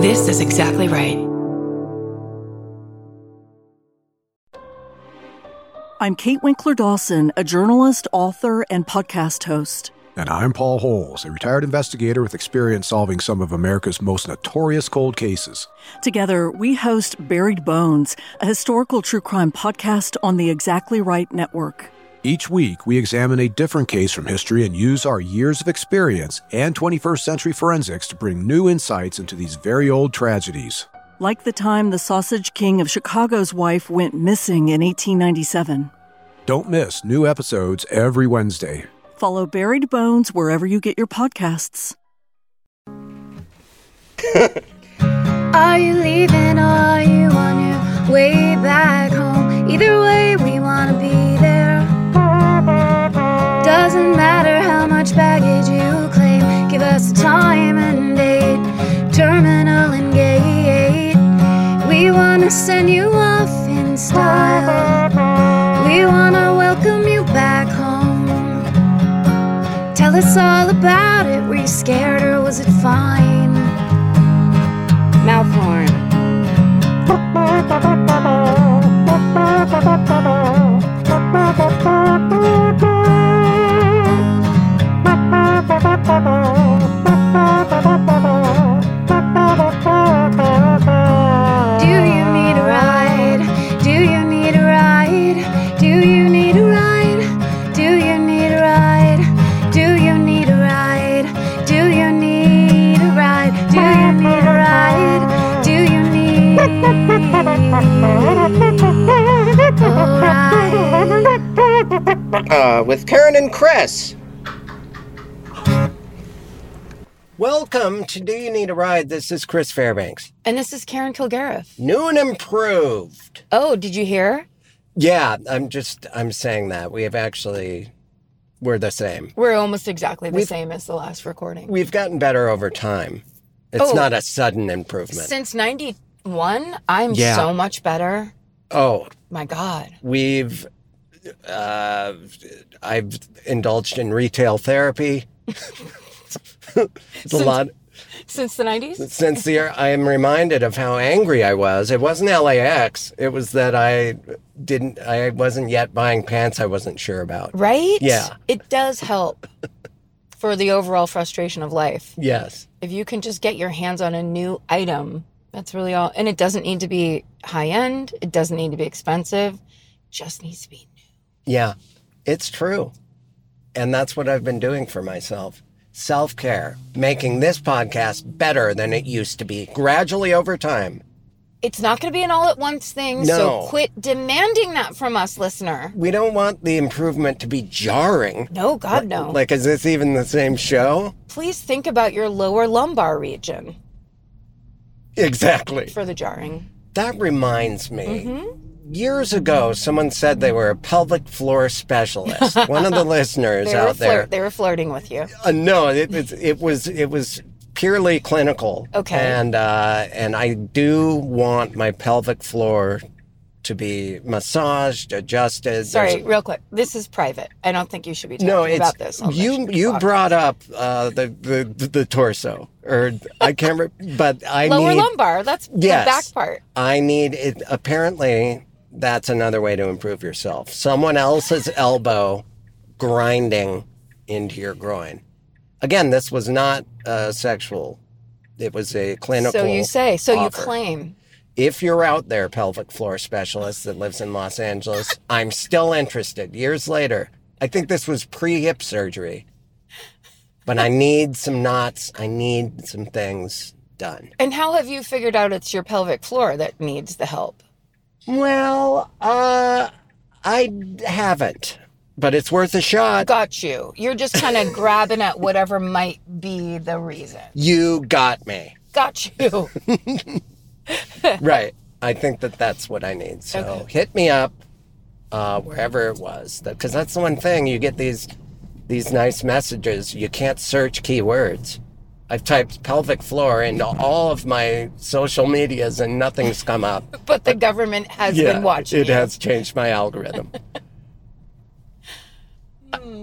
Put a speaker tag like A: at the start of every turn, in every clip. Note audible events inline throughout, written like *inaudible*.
A: This is exactly right.
B: I'm Kate Winkler Dawson, a journalist, author, and podcast host.
C: And I'm Paul Holes, a retired investigator with experience solving some of America's most notorious cold cases.
B: Together, we host Buried Bones, a historical true crime podcast on the Exactly Right Network.
C: Each week, we examine a different case from history and use our years of experience and 21st century forensics to bring new insights into these very old tragedies.
B: Like the time the Sausage King of Chicago's wife went missing in 1897.
C: Don't miss new episodes every Wednesday.
B: Follow Buried Bones wherever you get your podcasts.
D: Are you leaving? Are you on your way back home? Either way, we wanna be there. Doesn't matter how much baggage you claim, give us a time and date, terminal and gate. We wanna send you off in style. We wanna welcome you back home. Tell us all about it. Were you scared or was it fine? Mouth horn. Do you need a ride? Do you need a ride? Do you need a ride? Do you need a ride? Do you need a ride? Do you need a ride? Do you need a ride? Do you need a ride?
E: Uh, with Karen and Chris. Welcome to Do You Need a Ride? This is Chris Fairbanks.
F: And this is Karen Kilgariff.
E: New and improved.
F: Oh, did you hear?
E: Yeah, I'm just I'm saying that. We have actually we're the same.
F: We're almost exactly the same as the last recording.
E: We've gotten better over time. It's
F: Oh.
E: not a sudden improvement.
F: Since 91, I'm
E: Yeah.
F: so much better.
E: oh,
F: My God.
E: we've uh I've indulged in retail therapy. *laughs* it's a lot
F: Since the 90s?
E: since the I am reminded of how angry I was. It wasn't LAX. It was that I didn't. I wasn't yet buying pants. I wasn't sure about.
F: Right?
E: Yeah.
F: It does help for the overall frustration of life.
E: Yes.
F: If you can just get your hands on a new item, that's really all. And it doesn't need to be high end, it doesn't need to be expensive, just needs to be new.
E: Yeah. It's true, and that's what I've been doing for myself. Self care, making this podcast better than it used to be, gradually over time.
F: It's not going to be an all at once thing.
E: No.
F: So quit demanding that from us, listener.
E: We don't want the improvement to be jarring.
F: No, God, no.
E: Like, is this even the same show?
F: Please think about your lower lumbar region
E: Exactly.
F: for the jarring.
E: That reminds me.
F: Mm-hmm.
E: Years ago, someone said they were a pelvic
F: *laughs*
E: floor specialist. One of the listeners
F: They were,
E: out there.
F: flirt- they were flirting with you.
E: Uh, no, it, was it was it was purely clinical.
F: Okay.
E: And uh, and I do want my pelvic floor to be massaged, adjusted.
F: Sorry,
E: There's-
F: real quick. This is private. I don't think you should be talking
E: no, it's
F: about this. on the
E: you.
F: sh-
E: You
F: podcast.
E: brought up uh, the, the the torso, or I can't. Re- but I
F: lower
E: need
F: lumbar. That's
E: Yes.
F: the back part.
E: I need it. Apparently, that's another way to improve yourself. Someone else's elbow grinding into your groin. Again, this was not uh, sexual. It was a clinical.
F: So you say. So
E: offer.
F: you claim.
E: If you're out there, pelvic floor specialist that lives in Los Angeles, I'm still interested. Years later, I think this was pre hip surgery, but I need some knots. I need some things done.
F: And how have you figured out it's your pelvic floor that needs the help?
E: Well, uh, I haven't, but it's worth a shot.
F: Got you. You're just kind of grabbing at whatever might be the reason.
E: You got me.
F: Got you. *laughs*
E: right. I think that that's what I need. So hit me up uh, wherever it was, because that's the one thing you get these these nice messages. You can't search keywords. I've typed pelvic floor into all of my social medias and nothing's come up.
F: But the government has been watching.
E: It
F: you.
E: has changed my algorithm.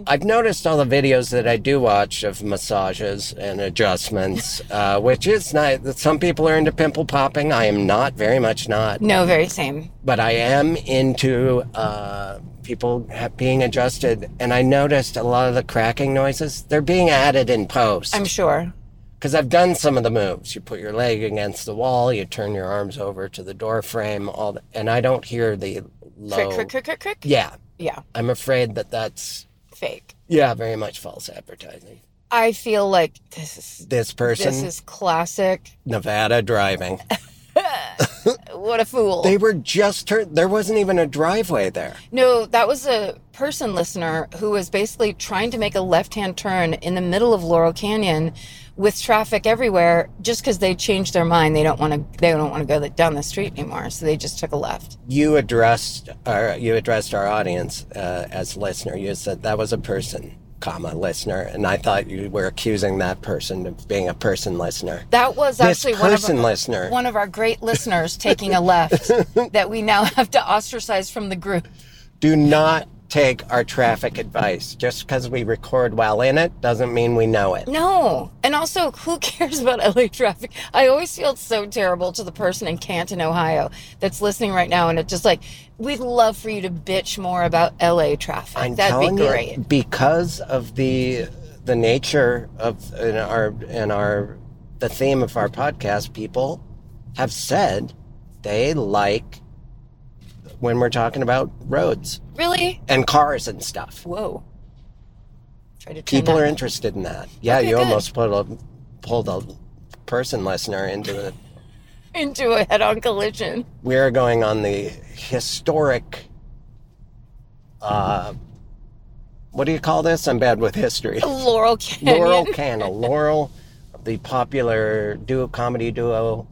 E: I've noticed all the videos that I do watch of massages and adjustments, uh, which is nice. Some people are into pimple popping. I am not, very much not.
F: No, very same.
E: But I am into uh, people ha- being adjusted. And I noticed a lot of the cracking noises, they're being added in post.
F: I'm sure.
E: Because I've done some of the moves. You put your leg against the wall, you turn your arms over to the door frame, all the, and I don't hear the low.
F: Crick, crick, crick, crick, crick.
E: Yeah,
F: Yeah,
E: I'm afraid that that's
F: fake.
E: yeah, very much false advertising.
F: I feel like this is
E: This person,
F: this is classic.
E: Nevada
F: *laughs*
E: driving.
F: What a fool.
E: They were just turned. There wasn't even a driveway there.
F: No, that was a person listener who was basically trying to make a left hand turn in the middle of Laurel Canyon with traffic everywhere just because they changed their mind. They don't want to they don't want to go th- down the street anymore. So they just took a left.
E: You addressed our you addressed our audience uh, as listener. You said that was a person, comma listener, and I thought you were accusing that person of being a person listener.
F: That was
E: This
F: actually one of,
E: person
F: our-
E: listener.
F: one of our great listeners taking a
E: *laughs*
F: left that we now have to ostracize from the group.
E: Do not take our traffic advice. Just because we record while in it doesn't mean we know it.
F: No. And also, who *laughs* cares about LA traffic? I always feel so terrible to the person in Canton, Ohio that's listening right now. And it's just like, we'd love for you to bitch more about LA traffic.
E: I'm
F: That'd
E: telling
F: be great.
E: you, because of the the nature of in our in our the theme of our podcast, people have said they like when we're talking about roads
F: Really?
E: and cars and stuff.
F: Whoa. Try to turn
E: People
F: that-
E: are interested in that. Yeah,
F: Okay,
E: you
F: good.
E: almost put a pulled a person listener into the.
F: *laughs* into a head on collision.
E: We are going on the historic. Uh, what do you call this? I'm bad
F: *laughs*
E: with history.
F: Laurel Canyon.
E: Laurel Canna. Laurel, the popular duo comedy duo,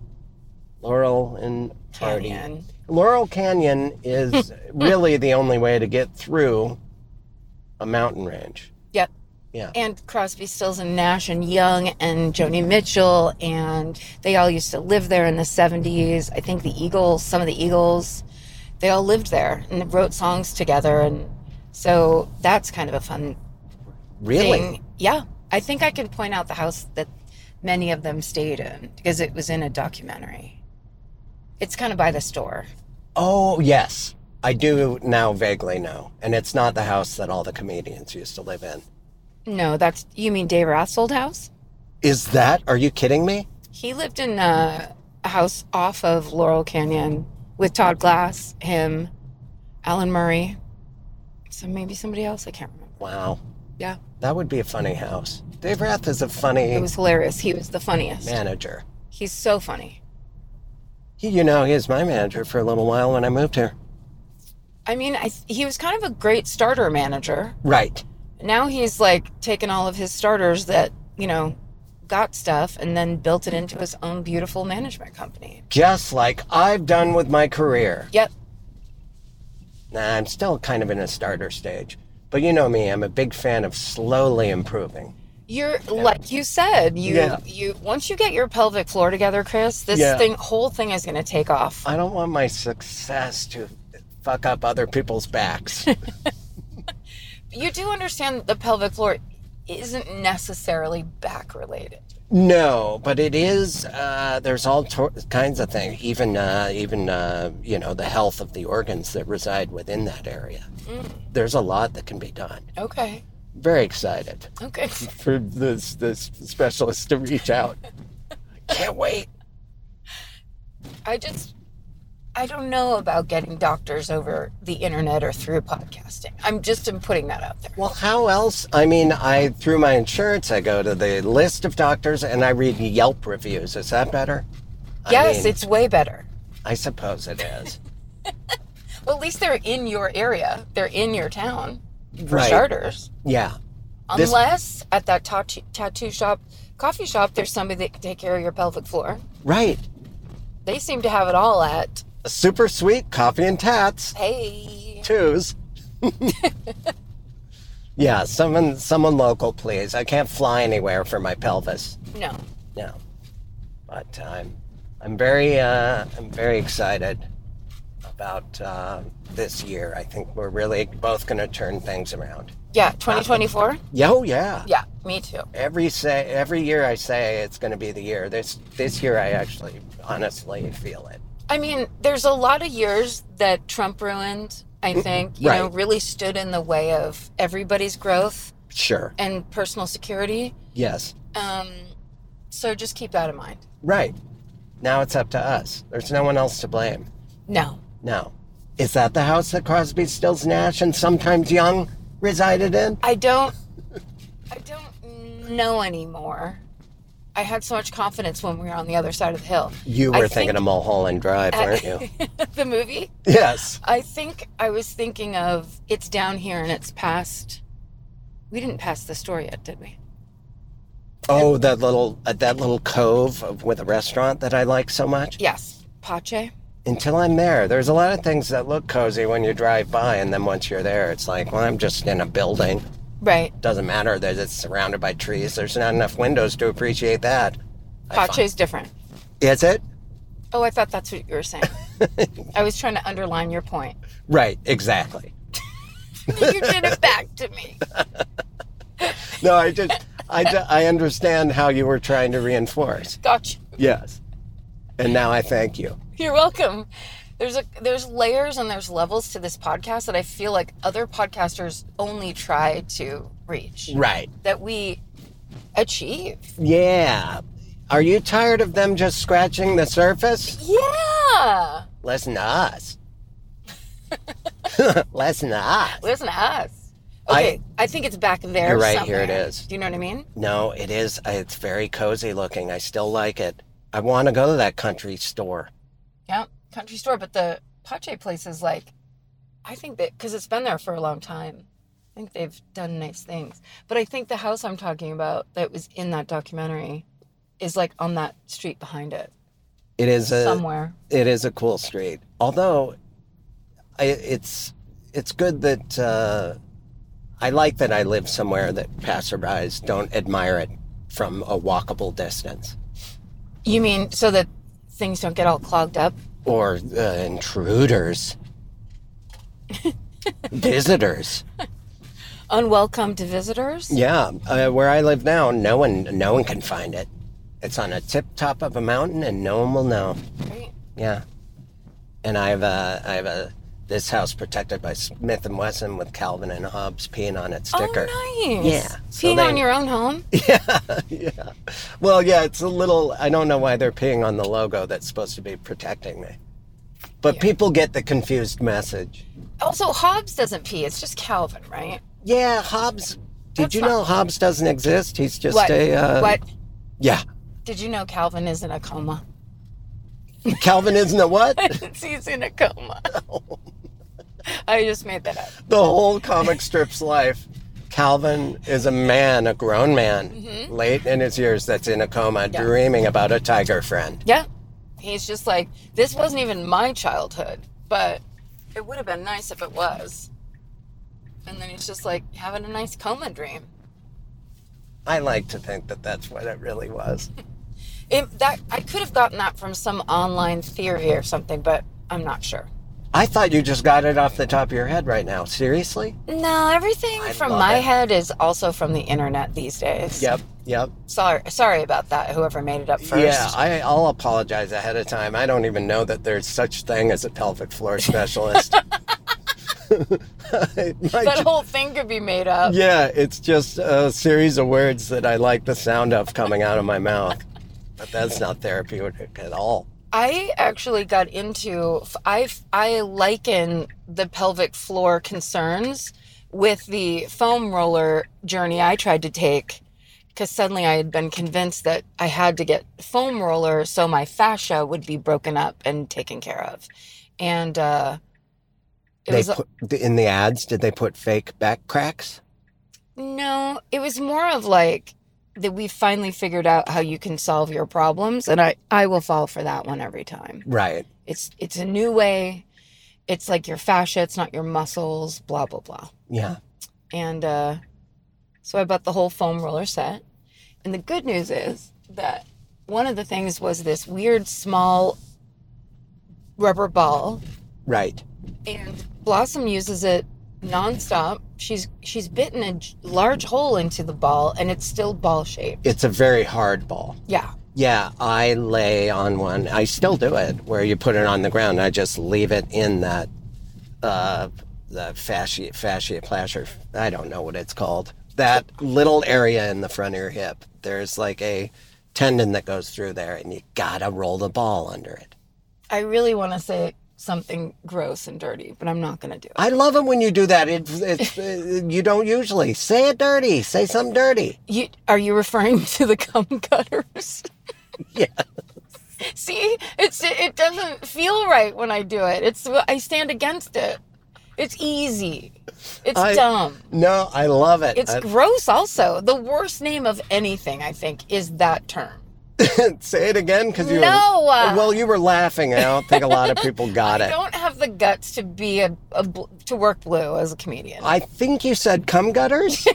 E: Laurel and Hardy.
F: Canyon.
E: Laurel Canyon is really the only way to get through a mountain range.
F: Yep.
E: Yeah.
F: And Crosby, Stills, and Nash, and Young, and Joni Mitchell, and they all used to live there in the 70s. I think the Eagles, some of the Eagles, they all lived there and wrote songs together. And so that's kind of a fun
E: Really?
F: thing. Yeah. I think I can point out the house that many of them stayed in because it was in a documentary. It's kind of by the store.
E: Oh, yes. I do now vaguely know. And it's not the house that all the comedians used to live in.
F: No, that's, you mean Dave Rath's old house?
E: Is that? Are you kidding me?
F: He lived in uh, a house off of Laurel Canyon with Todd Glass, him, Alan Murray, so maybe somebody else. I can't remember.
E: Wow.
F: Yeah,
E: That would be a funny house. Dave Rath is a funny
F: it was hilarious. He was the funniest.
E: manager.
F: He's so funny.
E: He, you know, he was my manager for a little while when I moved here.
F: I mean, I, he was kind of a great starter manager.
E: Right.
F: Now he's like taken all of his starters that you know got stuff and then built it into his own beautiful management company.
E: Just like I've done with my career.
F: Yep.
E: Nah, I'm still kind of in a starter stage. But you know me, I'm a big fan of slowly improving.
F: You're like you said, you
E: Yeah.
F: you once you get your pelvic floor together, Chris, this
E: Yeah.
F: thing whole thing is gonna take off.
E: I don't want my success to fuck up other people's backs. *laughs*
F: You do understand that the pelvic floor isn't necessarily back related.
E: no, but it is, uh, there's all tor- kinds of things, even, uh, even uh, you know, the health of the organs that reside within that area. There's a lot that can be done.
F: Okay.
E: Very excited.
F: Okay.
E: for this this specialist to reach out. Can't wait.
F: I just I don't know about getting doctors over the internet or through podcasting. I'm just am putting that out there.
E: Well, how else? I mean, I through my insurance, I go to the list of doctors and I read Yelp reviews. Is that better?
F: yes,
E: mean-
F: it's way better.
E: I suppose it is.
F: Well, at least they're in your area. They're in your town. For
E: Right.
F: starters.
E: yeah. This-
F: Unless at that tattoo, tattoo shop, coffee shop, there's somebody that can take care of your pelvic floor.
E: Right.
F: They seem to have it all at
E: Super sweet coffee and tats.
F: hey.
E: Twos. yeah, someone someone local, please. I can't fly anywhere for my pelvis.
F: No,
E: No. um, But I'm I'm very uh I'm very excited about uh, this year. I think we're really both going to turn things around.
F: Yeah, 2024.
E: Yeah, oh yeah.
F: Yeah, me too.
E: Every say every year I say it's going to be the year. This this year I actually honestly feel it.
F: I mean, there's a lot of years that Trump ruined, I think, you know,
E: Mm-hmm. right.
F: really stood in the way of everybody's growth
E: Sure.
F: and personal security.
E: Yes.
F: Um, so just keep that in mind.
E: Right. Now it's up to us. There's no one else to blame.
F: No.
E: No. Is that the house that Crosby, Stills, Nash, and sometimes Young resided in?
F: I don't I don't know anymore. I had so much confidence when we were on the other side of the hill.
E: You
F: I
E: were
F: think-
E: thinking of Mulholland Drive, weren't you?
F: *laughs* the movie?
E: yes.
F: I think I was thinking of it's down here and it's past. We didn't pass the store yet, did we?
E: Oh, that little uh, that little cove of, with a restaurant that I like so much.
F: Yes. Pache?
E: Until I'm there, there's a lot of things that look cozy when you drive by, and then once you're there, it's like, well, I'm just in a building.
F: Right.
E: Doesn't matter that it's surrounded by trees. There's not enough windows to appreciate that.
F: Pache's different.
E: Is it?
F: Oh, I thought that's what you were saying. I was trying to underline your point. *laughs*
E: Right. Exactly.
F: You did it back to me.
E: No, I just, I, ju- I understand how you were trying to reinforce.
F: Gotcha.
E: Yes. And now I thank you.
F: You're welcome. There's a there's layers and there's levels to this podcast that I feel like other podcasters only try to reach
E: Right.
F: that we achieve.
E: Yeah. Are you tired of them just scratching the surface?
F: Yeah.
E: Listen to us. *laughs* Listen to us.
F: Listen to us.
E: I-
F: Okay, I, think it's back there.
E: You're right, here it
F: somewhere.
E: is.
F: Do you know what I mean?
E: No, it is. uh, It's very cozy looking. I still like it. I want to go to that country store.
F: Yeah, country store, but the Pache place is like, I think that because it's been there for a long time. I think they've done nice things, but I think the house I'm talking about that was in that documentary is like on that street behind it
E: It is a.
F: somewhere.
E: It is a cool street. Although, I, it's it's good that uh, I like that I live somewhere that passerbys don't admire it from a walkable distance
F: You mean so that things don't get all clogged up?
E: or uh,
F: *laughs*
E: intruders, visitors.
F: Unwelcome to visitors?
E: Yeah, uh, where I live now, no one no one can find it. It's on a tip top of a mountain, and no one will know.
F: Right.
E: Yeah, and I have a I have a this house protected by Smith and Wesson with Calvin and Hobbes peeing on its sticker.
F: Oh, nice.
E: Yeah,
F: Peeing
E: so
F: on
E: they-
F: your own home?
E: *laughs* Yeah, well, yeah, it's a little. I don't know why they're peeing on the logo that's supposed to be protecting me, but people get the confused message.
F: Also, Hobbs doesn't pee. It's just Calvin, right?
E: Yeah, Hobbes. Did
F: That's
E: you
F: not-
E: know Hobbes doesn't exist? He's just
F: What?
E: a uh,
F: what?
E: Yeah,
F: Did you know Calvin is in a coma? *laughs*
E: Calvin isn't a what?
F: He's in a coma. *laughs* I just made that up.
E: the whole comic strip's life. Calvin is a man, a grown man,
F: Mm-hmm.
E: late in his years that's in a coma, dreaming about a tiger friend.
F: Yeah. He's just like, this wasn't even my childhood, but it would have been nice if it was. And then he's just like having a nice coma dream.
E: I like to think that that's what it really was.
F: It, that I could have gotten that from some online theory or something, but I'm not sure.
E: I thought you just got it off the top of your head right now. Seriously?
F: No, everything
E: I
F: from
E: love
F: my
E: it.
F: head is also from the internet these days.
E: Yep, yep.
F: Sorry, sorry about that. Whoever made it up first.
E: Yeah, I, I'll apologize ahead of time. I don't even know that there's such thing as a pelvic
F: *laughs*
E: floor specialist. *laughs* It might
F: that
E: ju-
F: whole thing could be made up.
E: yeah, it's just a series of words that I like the sound of coming out of my mouth. But that's not therapeutic at all.
F: I actually got into I I liken the pelvic floor concerns with the foam roller journey I tried to take cuz suddenly I had been convinced that I had to get foam roller so my fascia would be broken up and taken care of. And uh it
E: they
F: was
E: put in the ads. Did they put fake back cracks?
F: no, it was more of like that we finally figured out how you can solve your problems and I I will fall for that one every time.
E: Right.
F: It's it's a new way. It's like your fascia. It's not your muscles. Blah blah blah.
E: Yeah.
F: And uh, so I bought the whole foam roller set. And the good news is that one of the things was this weird small rubber ball
E: Right.
F: and Blossom uses it nonstop. She's she's bitten a j- large hole into the ball, and it's still ball shaped.
E: It's a very hard ball.
F: Yeah,
E: Yeah, I lay on one. I still do it where you put it on the ground. I just leave it in that uh, the fascia fascia plasher. I don't know what it's called. That little area in the front of your hip. There's like a tendon that goes through there, and you gotta roll the ball under it.
F: I really want to say something gross and dirty, but I'm not gonna do it.
E: I love it when you do that. It, it's uh, you don't usually say it dirty. Say something dirty. *laughs*
F: You are you referring *laughs* to the cum cutters? *laughs*
E: Yeah.
F: See, it's it, it doesn't feel right when I do it. It's I stand against it. It's easy. It's
E: I-
F: dumb.
E: No, I love it.
F: It's
E: I-
F: gross. Also, the worst name of anything I think is that term.
E: *laughs* Say it again, because you.
F: No.
E: Were, well, you were laughing. and I don't think a lot of people got
F: *laughs* I
E: it.
F: don't have the guts to be a, a bl- to work blue as a comedian. *laughs* I,
E: I think you said
F: *laughs*
E: cum gutters.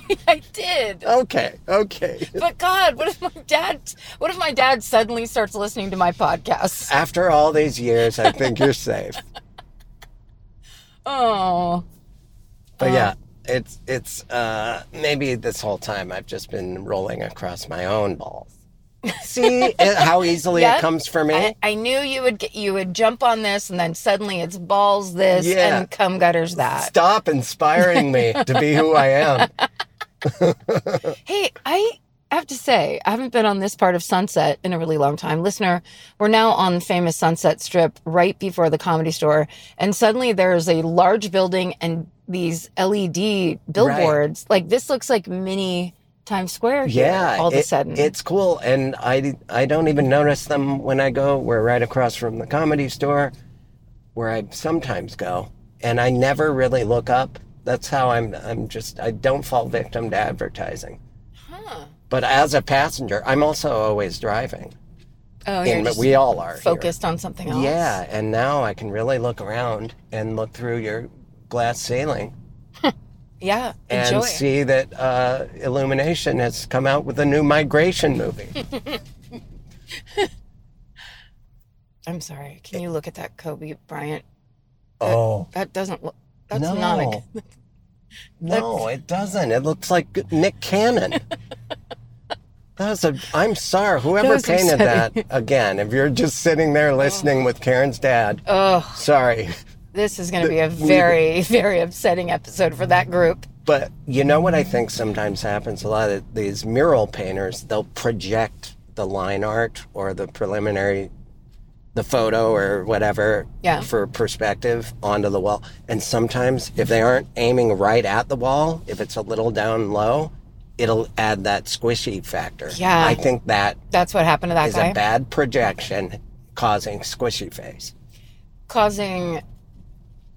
F: did,
E: okay, okay.
F: but God, what if my dad? What if my dad suddenly starts listening to my podcast?
E: After all these years, I think you're safe.
F: Oh,
E: But yeah,
F: Uh-huh.
E: it's it's uh, maybe this whole time I've just been rolling across my own balls. See eh, how easily
F: Yep.
E: it comes for me.
F: I, I knew you would get, you would jump on this, and then suddenly it's balls this
E: Yeah.
F: and cum gutters that.
E: Stop inspiring me to be who I am.
F: Hey, I have to say, I haven't been on this part of Sunset in a really long time. Listener, we're now on the famous Sunset Strip right before the comedy store. And suddenly there's a large building and these LED billboards. Like, this looks like mini Times Square here
E: Yeah,
F: all of a
E: it-
F: sudden.
E: it's cool, and I I don't even notice them when I go. We're right across from the comedy store, where I sometimes go, and I never really look up. That's how I'm. I'm just I don't fall victim to advertising.
F: huh.
E: But as a passenger, I'm also always driving,
F: Oh, you're
E: and
F: just
E: we all are here.
F: focused on something else.
E: Yeah, and now I can really look around and look through your glass ceiling
F: Yeah.
E: and
F: Enjoy.
E: see that uh, Illumination has come out with a new migration movie.
F: I'm sorry. Can you look at that Kobe Bryant?
E: oh.
F: That doesn't look. That's not a.
E: No. *laughs* No, it doesn't. It looks like Nick
F: *laughs*
E: Cannon. That's a. I'm sorry, whoever
F: was
E: painted that. Again, if you're just sitting there listening with Karen's dad,
F: Oh,
E: sorry,
F: this is going to be a very, *laughs* very upsetting episode for that group.
E: but you know what I think sometimes happens. A lot of these mural painters, they'll project the line art or the preliminary, the photo or whatever,
F: Yeah.
E: for perspective onto the wall. And sometimes, if they aren't aiming right at the wall, if it's a little down low. It'll add that squishy factor.
F: Yeah.
E: I think that
F: That's what happened to that
E: is
F: guy,
E: a bad projection causing squishy face.
F: causing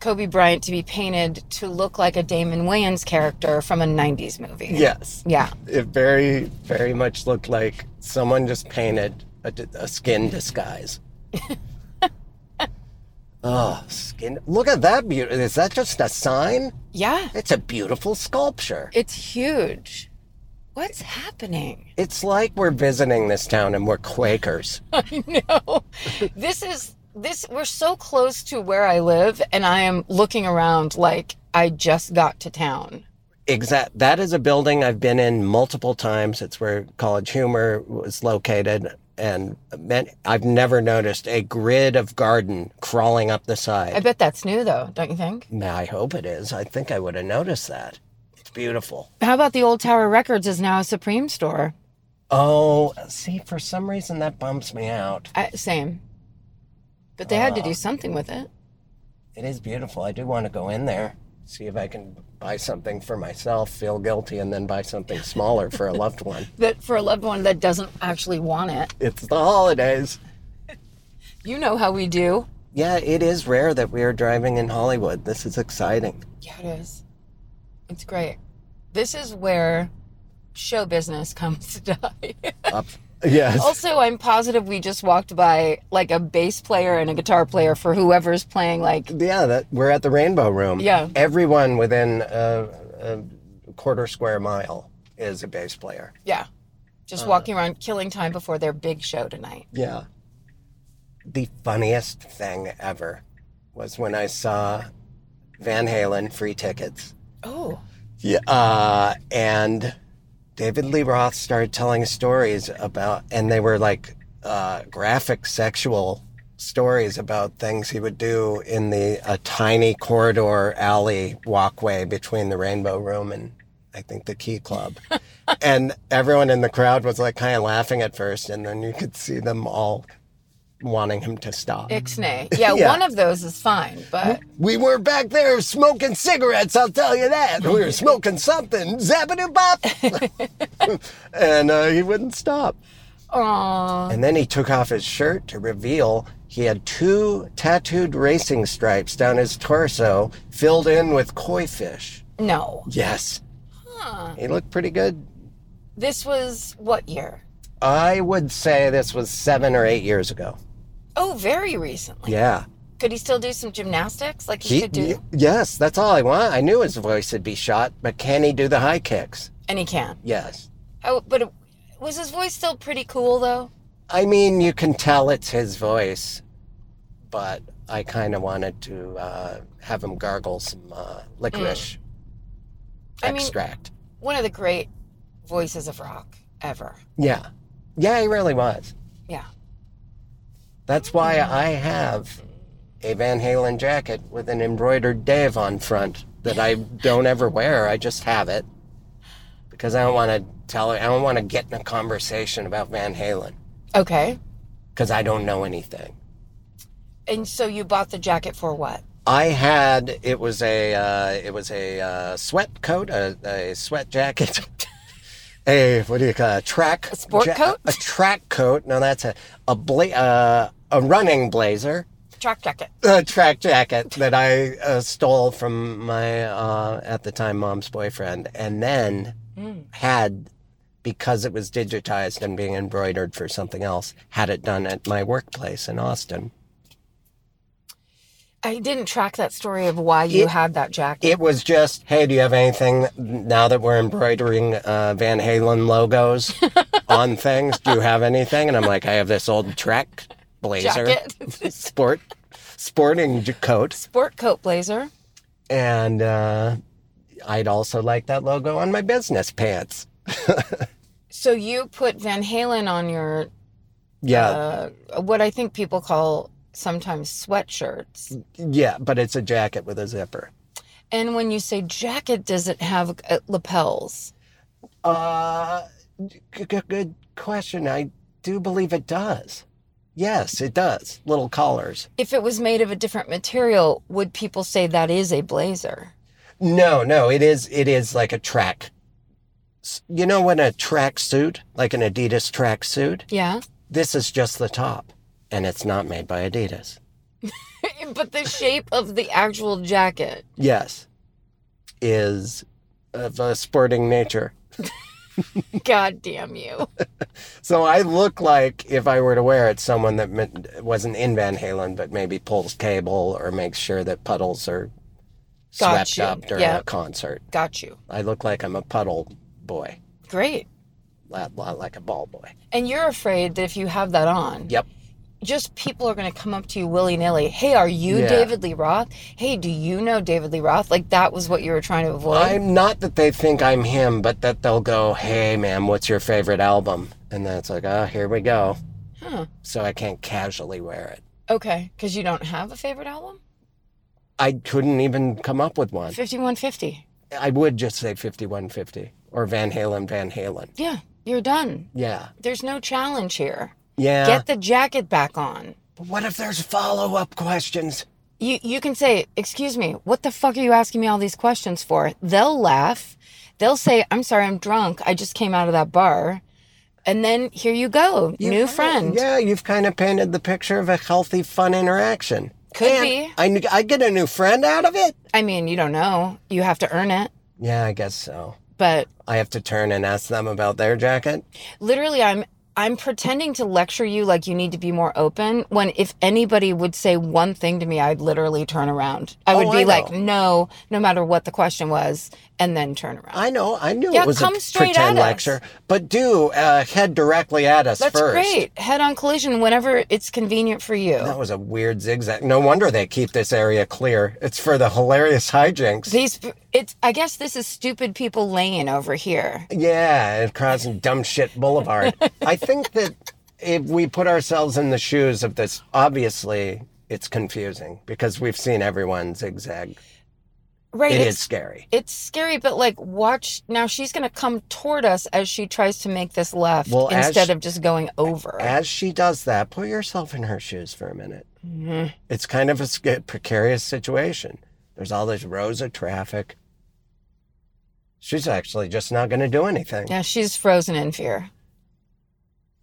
F: Kobe Bryant to be painted to look like a Damon Wayans character from a '90s movie.
E: Yes.
F: yeah,
E: It very, very much looked like someone just painted a, d- a skin disguise. oh, skin. Look at that beauty. Is that just a sign?
F: yeah.
E: It's a beautiful sculpture.
F: It's huge. What's happening? *laughs*
E: It's like we're visiting this town and we're Quakers.
F: No, this is this. We're so close to where I live, and I am looking around like I just got to town.
E: exact that is a building i've been in multiple times it's where college humor was located and man, i've never noticed a grid of garden crawling up the
F: I
E: side
F: bet that's new, though, don't you think?
E: Now, i hope it is i think i would have noticed that it's beautiful
F: How about the Old Tower Records is now a Supreme store?
E: oh see for some reason that bumps me out
F: I, same. But they had to do something with it.
E: it is beautiful i do want to go in there see if i can buy something for myself feel guilty and then buy something smaller for a loved one
F: But for a loved one that doesn't actually want it,
E: *laughs* it's the holidays
F: you know how we do.
E: Yeah, it is rare that we are driving in Hollywood. This is exciting.
F: Yeah, it is. It's great. This is where show business *laughs* comes to *laughs* die.
E: Up. Yes.
F: also, I'm positive we just walked by like a bass player and a guitar player for whoever's playing. Like,
E: yeah, that, we're at the Rainbow Room.
F: Yeah.
E: Everyone within a, a quarter square mile is a bass player.
F: yeah, just walking around killing time before their big show tonight.
E: Yeah. The funniest thing ever was when I saw Van Halen free tickets.
A: Oh,
E: Yeah. Uh, and David Lee Roth started telling stories about, and they were like uh, graphic sexual stories about things he would do in the a tiny corridor alley walkway between the Rainbow Room and I think the Key Club. and everyone in the crowd was like kind of laughing at first, and then you could see them all wanting him to stop.
F: Ixnay. *laughs* Yeah,
E: Yeah.
F: one of those is fine, but
E: We were back there smoking cigarettes, I'll tell you that. We were smoking something, zabbity bop. and uh, he wouldn't stop.
F: oh,
E: And then he took off his shirt to reveal he had two tattooed racing stripes down his torso, filled in with koi fish.
F: no.
E: Yes. He looked pretty good.
F: This was what year?
E: I would say this was seven or eight years ago.
F: Oh, very recently.
E: Yeah.
F: Could he still do some gymnastics? Like he,
E: He,
F: could do,
E: y- yes, that's all I want. I knew his voice would be shot, but can he do the high kicks?
F: and he can.
E: Yes.
F: Oh, but it- was his voice still pretty cool though?
E: I mean, you can tell it's his voice, but I kind of wanted to uh, have him gargle some uh,
F: Mm.
E: licorice
F: I mean-
E: extract.
F: One of the great voices of rock ever.
E: yeah. Yeah, he really was.
F: Yeah.
E: That's why I have a Van Halen jacket with an embroidered Dave on front that I don't ever wear. I just have it because I don't want to tell I don't want to get in a conversation about Van Halen
F: Okay.
E: because I don't know anything.
F: And so you bought the jacket for what?
E: I had it was a uh, it was a uh, sweat coat, a, a sweat jacket, *laughs* a what do you call it, a track a
F: sport coat?
E: a track coat. No, that's a a bla- uh, a running blazer,
F: Track jacket.
E: a track jacket that I uh, stole from my uh, at the time mom's boyfriend, and then
F: Mm.
E: had because it was digitized and being embroidered for something else, had it done at my workplace in Austin.
F: I didn't track that story of why you
E: It-
F: had that jacket.
E: It was just, hey, do you have anything now that we're embroidering uh, Van Halen logos
F: *laughs*
E: on things? Do you have anything? And I'm like, I have this old Trek
F: *laughs*
E: blazer,
F: Jacket.
E: sport, sporting j- coat,
F: Sport coat blazer.
E: and uh, I'd also like that logo on my business pants.
F: So you put Van Halen on your
E: Yeah,
F: uh, what I think people call sometimes sweatshirts.
E: yeah, but it's a jacket with a zipper.
F: And when you say jacket, does it have uh, lapels?
E: Uh, g- g- good question. I do believe it does. Yes, it does. Little collars.
F: If it was made of a different material, would people say that is a blazer?
E: No, no, it is it is like a track. s- You know what a track suit, like an Adidas track suit?
F: Yeah. *laughs*
E: This is just the top and it's not made by Adidas.
F: but the shape of the actual jacket.
E: Yes. Is of a sporting nature.
F: God damn you.
E: So I look like if I were to wear it someone that meant, wasn't in Van Halen but maybe pulls cable or makes sure that puddles are
F: Got
E: swept
F: you.
E: up during
F: Yeah.
E: a concert.
F: Got you.
E: I look like I'm a puddle boy,
F: Great.
E: la- la- like a ball boy.
F: And you're afraid that if you have that on,
E: Yep.
F: just people are going to come up to you willy nilly. Hey, are you
E: Yeah.
F: David Lee Roth? Hey, do you know David Lee Roth? Like that was what you were trying to avoid.
E: I'm not that they think I'm him, but that they'll go, "Hey, ma'am, what's your favorite album?" And then it's like, "Oh, here we go."
F: Huh.
E: So I can't casually wear it.
F: Okay, because you don't have a favorite album?
E: I couldn't even come up with one.
F: 5150.
E: I would just say 5150 or Van Halen, Van Halen.
F: Yeah, you're done.
E: Yeah,
F: There's no challenge here.
E: yeah.
F: Get the jacket back on.
E: but what if there's follow-up questions?
F: You, you can say, Excuse me, what the fuck are you asking me all these questions for? They'll laugh. They'll say, I'm sorry, I'm drunk. I just came out of that bar. And then here you go,
E: You
F: new
E: kinda-
F: friend.
E: Yeah, you've kind of painted the picture of a healthy, fun interaction.
F: Could
E: And
F: be.
E: I, kn- I get a new friend out of it.
F: I mean, you don't know. You have to earn it.
E: Yeah, I guess so.
F: But
E: I have to turn and ask them about their jacket.
F: literally, I'm I'm pretending to lecture you like you need to be more open when if anybody would say one thing to me, I'd literally turn around. I would
E: Oh,
F: be
E: I
F: like,
E: know.
F: no, no matter what the question was, and then turn around.
E: I know. I knew
F: Yeah,
E: it was
F: come
E: a
F: straight
E: pretend
F: at us.
E: lecture, but do uh, head directly at us
F: That's
E: first.
F: great. Head on collision whenever it's convenient for you.
E: That was a weird zigzag. No wonder they keep this area clear. It's for the hilarious hijinks.
F: These, it's. I guess this is stupid people lane over here.
E: Yeah, and crossing dumb shit
F: *laughs*
E: boulevard. I think that if we put ourselves in the shoes of this, obviously it's confusing because we've seen everyone zigzag.
F: Right.
E: It
F: it's,
E: is scary.
F: It's scary, but like, watch now. She's gonna come toward us as she tries to make this left
E: Well, as
F: instead
E: she-
F: of just going over.
E: As she does that, put yourself in her shoes for a minute. It's kind of a sca- precarious situation. There's all these rows of traffic. She's actually just not going to do anything.
F: yeah, she's frozen in fear.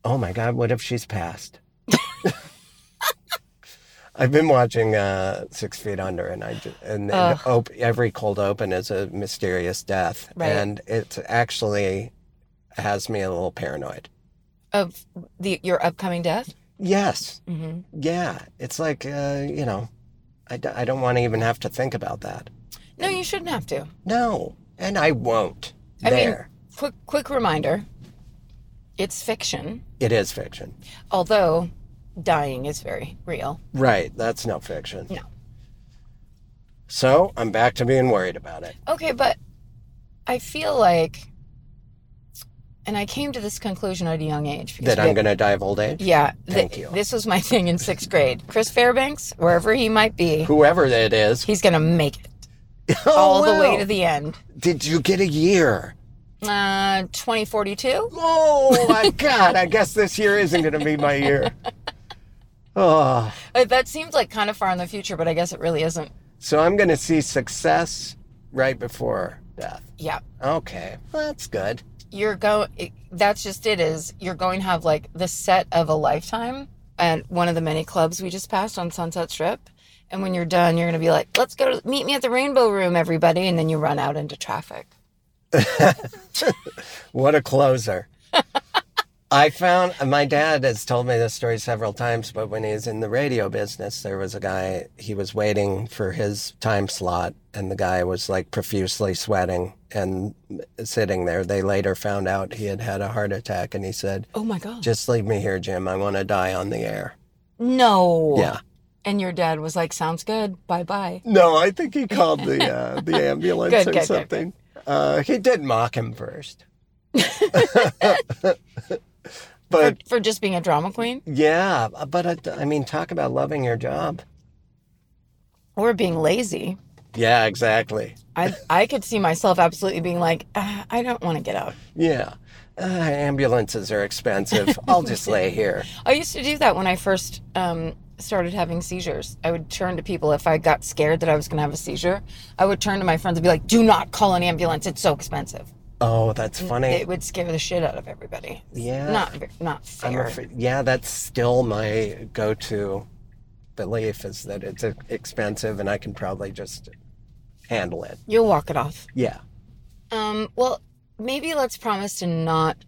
E: Oh my God, what if she's passed? *laughs* I've been watching uh, Six Feet Under, and I ju- and, and
F: Ugh.
E: op- every cold open is a mysterious death,
F: Right.
E: and it actually has me a little paranoid.
F: of the your upcoming death.
E: Yes,
F: Mm-hmm.
E: yeah, it's like uh, you know, I, d- I don't want to even have to think about that.
F: No, you shouldn't have to.
E: No, and I won't.
F: I mean-
E: there,
F: Quick, quick reminder: it's fiction,
E: it is fiction,
F: although dying is very real.
E: right? That's no fiction.
F: No.
E: So I'm back to being worried about it.
F: Okay, but I feel like, and I came to this conclusion at a young age because
E: That
F: we
E: I'm
F: had-
E: going to die of old age.
F: Yeah,
E: Thank you.
F: This was my thing in sixth grade. Chris Fairbanks, wherever he might be,
E: whoever it is.
F: he's gonna make it *laughs*
E: Oh,
F: all the way
E: wow.
F: to the end.
E: Did you get a year?
F: Uh, 2042.
E: Oh
F: *laughs*
E: my God! I guess this year isn't going to be my year. Oh,
F: Uh, That seems like kind of far in the future, but I guess it really isn't.
E: so I'm going to see success right before death.
F: Yeah.
E: Okay, well, that's good.
F: you're going that's just it is you're going to have like the set of a lifetime at one of the many clubs we just passed on sunset strip and when you're done you're going to be like let's go to meet me at the rainbow room everybody and then you run out into traffic
E: What a closer. *laughs* I found my dad has told me this story several times, but when he was in the radio business, there was a guy, he was waiting for his time slot, and the guy was like profusely sweating and sitting there. They later found out he had had a heart attack, and he said,
F: oh my god
E: Just leave me here, Jim. I want to die on the air.
F: no
E: Yeah.
F: and your dad was like sounds good bye bye
E: No, I think he called the *laughs* uh, the ambulance
F: Good,
E: or
F: good, good,
E: something. Uh, he did mock him first.
F: for,
E: but
F: for just being a drama queen
E: yeah, but uh, I, I mean, talk about loving your job.
F: or being lazy
E: Yeah, exactly.
F: i i could see myself absolutely being like "Ah, i don't want to get out
E: Yeah. Uh, ambulances are
F: *laughs*
E: expensive. I'll just lay here.
F: I used to do that when I first um, started having seizures. I would turn to people if I got scared that I was going to have a seizure. I would turn to my friends and be like, "Do not call an ambulance. It's so expensive."
E: Oh, that's funny.
F: It would scare the shit out of everybody.
E: Yeah.
F: Not ve- not
E: I'm
F: fair.
E: afraid- yeah, that's still my go-to belief is that it's uh, expensive and I can probably just handle it.
F: You'll walk it off.
E: Yeah.
F: Um, well, maybe let's promise to not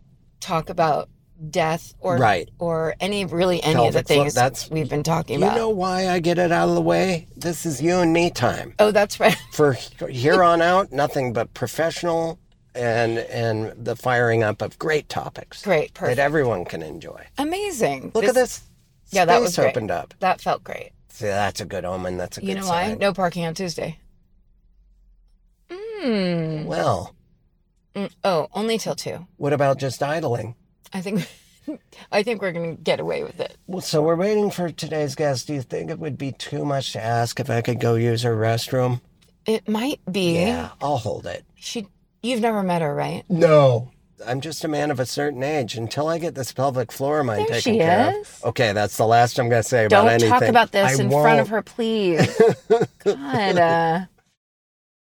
F: talk about death or
E: Right.
F: or any really any of the
E: Pelvic floor-
F: things
E: that's-
F: we've been talking
E: You
F: about.
E: know why I get it out of the way? This is you and me time.
F: oh, that's right. *laughs*
E: For here on out, nothing but professional and and the firing up of great topics
F: Great.
E: that
F: Perfect.
E: everyone can enjoy.
F: Amazing.
E: Look at this.
F: Yeah, that was
E: space
F: great.
E: opened up.
F: That felt great.
E: See, that's a good omen. That's a good
F: You know why?
E: sign.
F: No parking on Tuesday.
E: Hmm.
F: Mm.
E: Well,
F: Mm, Oh, only till two.
E: what about just idling?
F: I think. *laughs* I think we're gonna get away with it.
E: Well, so we're waiting for today's guest. Do you think it would be too much to ask if I could go use her restroom?
F: It might be.
E: I'll hold it.
F: She. You've never met her, right?
E: No. I'm just a man of a certain age. Until I get this pelvic floor of mine
F: There
E: taken
F: she
E: care of-
F: is.
E: Okay, that's the last I'm going to say about
F: Don't
E: anything.
F: talk about this
E: I
F: in front
E: won't.
F: of her,
E: *laughs*
F: please. God. Uh,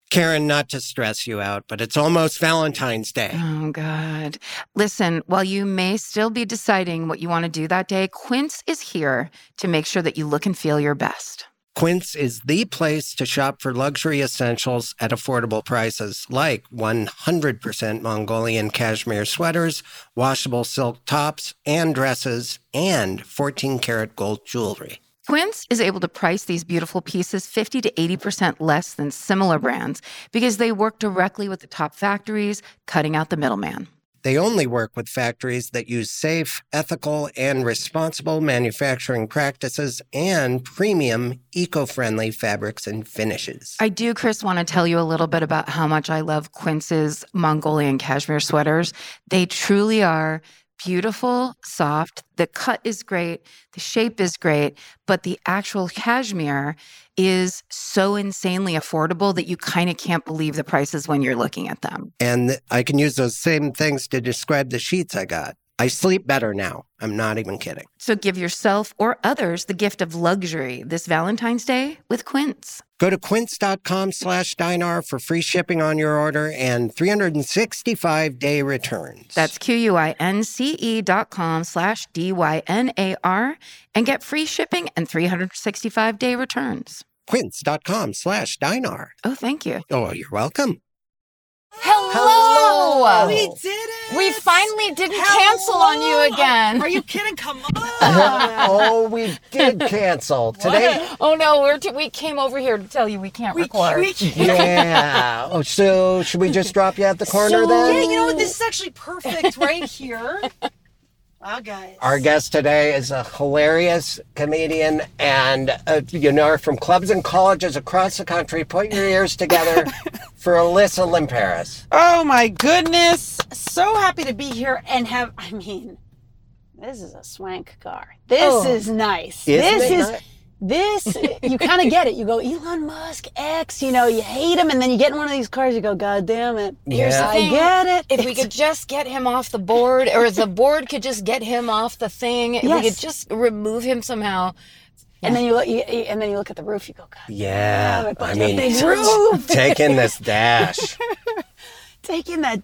E: Karen, not to stress you out, but it's almost Valentine's Day.
F: Oh, God. Listen, while you may still be deciding what you want to do that day, Quince is here to make sure that you look and feel your best.
E: Quince is the place to shop for luxury essentials at affordable prices, like 100% Mongolian cashmere sweaters, washable silk tops and dresses, and 14 karat gold jewelry.
F: Quince is able to price these beautiful pieces 50 to 80% less than similar brands because they work directly with the top factories, cutting out the middleman.
E: They only work with factories that use safe, ethical, and responsible manufacturing practices and premium eco friendly fabrics and finishes.
F: I do, Chris, want to tell you a little bit about how much I love Quince's Mongolian cashmere sweaters. They truly are beautiful, soft. The cut is great, the shape is great, but the actual cashmere is so insanely affordable that you kind of can't believe the prices when you're looking at them.
E: And I can use those same things to describe the sheets I got. I sleep better now. I'm not even kidding.
F: So give yourself or others the gift of luxury this Valentine's Day with Quince.
E: Go to quince.com slash dinar for free shipping on your order and 365-day returns.
F: That's Q-U-I-N-C-E E dot com slash D-Y-N-A-R and get free shipping and 365-day returns.
E: quince.com slash dinar.
F: Oh, thank you.
E: Oh, you're welcome.
F: Hello!
A: We did it.
F: We finally didn't cancel on you again.
A: Are you kidding?
E: *laughs*
A: Come on.
E: oh, we did
A: *laughs*
E: cancel today.
F: Oh no, we're t- we came over here to tell you we can't
A: we,
F: record.
A: we, yeah,
E: Yeah. Oh, so should we just drop you at the corner then?
A: you know what? This is actually
E: *laughs*
A: perfect right here. Wow, guys.
E: Our guest today is a hilarious comedian, and uh, you know her from clubs and colleges across the country. Put your ears
A: *laughs*
E: together for Alyssa Limparis.
A: Oh my goodness. So happy to be here and have I mean, this is a swank car. This is nice.
E: Isn't it
A: this is
E: nice?
A: this you kind of get it. You go Elon Musk X, you know, you hate him and then you get in one of these cars you go god damn it.
E: Here's the
A: I
F: thing.
A: get it.
F: if we
A: It's-
F: could just get him off the board, or if the board could just get him off the thing, if we
A: Yes.
F: could just remove him somehow.
A: and then you look you, you- and then you look at the roof you go god
F: Oh,
A: damn
E: Yeah,
A: it.
E: I
A: But
E: mean, *laughs*
A: big roof.
F: *laughs*
E: taking this dash.
A: Taking that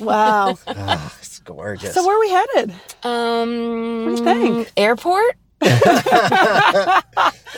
E: *laughs*
A: Wow.
E: Oh, it's gorgeous.
A: so where are we headed?
F: Um,
A: What do you think?
F: Airport?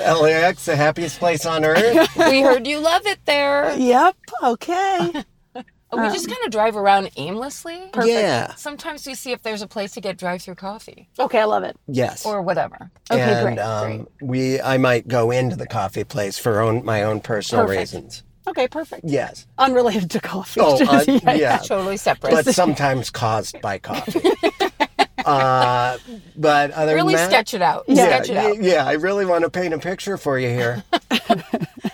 E: LAX, the happiest place
F: *laughs*
E: on earth.
F: we heard you love it
A: *laughs*
F: there.
A: Yep. Okay.
F: we
A: Um,
F: just kind of drive around aimlessly.
E: Yeah.
F: Sometimes we see if there's a place to get drive-through coffee
A: *laughs* Okay, I love it.
E: Yes.
F: or whatever.
A: Okay,
E: and
A: great,
E: um,
A: great.
E: we, I might go into the coffee place for own, my own personal
A: Perfect.
E: reasons.
A: Okay, perfect.
E: Yes,
A: Unrelated to coffee.
E: Oh,
A: *laughs*
E: uh, yeah.
F: Totally separate. *laughs*
E: but sometimes caused by coffee. *laughs* uh, but other
F: really
E: than that,
F: sketch it out.
E: Yeah,
F: Sketch it
E: y-
F: out.
E: yeah, I really want to paint a picture for
F: *laughs*
E: you here.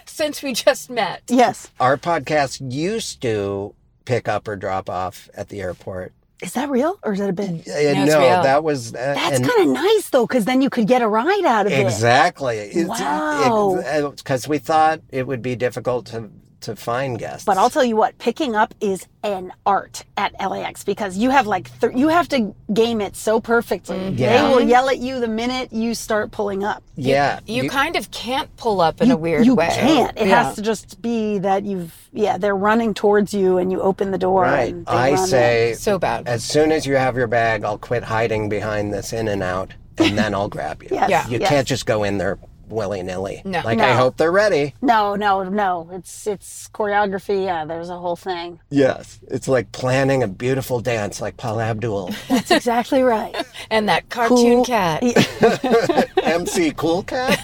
F: Since we just met.
A: Yes.
E: Our podcast used to pick up or drop off at the airport.
A: Is that real or is that a bit?
E: Uh,
F: No,
E: no,
F: it's real.
E: that was uh,
A: That's
E: and-
A: kind of nice though, because then you could get a ride out of it.
E: exactly uh,
A: Wow.
E: because we thought it would be difficult to to find guests.
A: But I'll tell you what, picking up is an art at LAX because you have like th- you have to game it so perfectly.
F: Mm-hmm.
E: Yeah.
A: They will yell at you the minute you start pulling up.
E: yeah,
F: You, kind of can't pull up in a weird
A: you
F: way.
A: can't. It
F: Yeah.
A: has to just be that you've yeah they're running towards you and you open the door.
E: right.
A: And they
E: I
A: run
E: say
F: So bad.
E: as soon as you have your bag, I'll quit hiding behind this in and out, and then I'll grab you.
A: Yes, *laughs* Yeah.
E: you
A: yes.
E: can't just go in there willy nilly.
F: No.
E: Like I
A: No.
E: hope they're ready.
A: in. No, no, no. It's it's choreography. Yeah, there's a whole thing.
E: Yes, it's like planning a beautiful dance, like Paul
A: *laughs*
E: Abdul,
A: That's exactly right.
F: and that cartoon
A: Cool.
F: cat.
E: MC Cool Cat,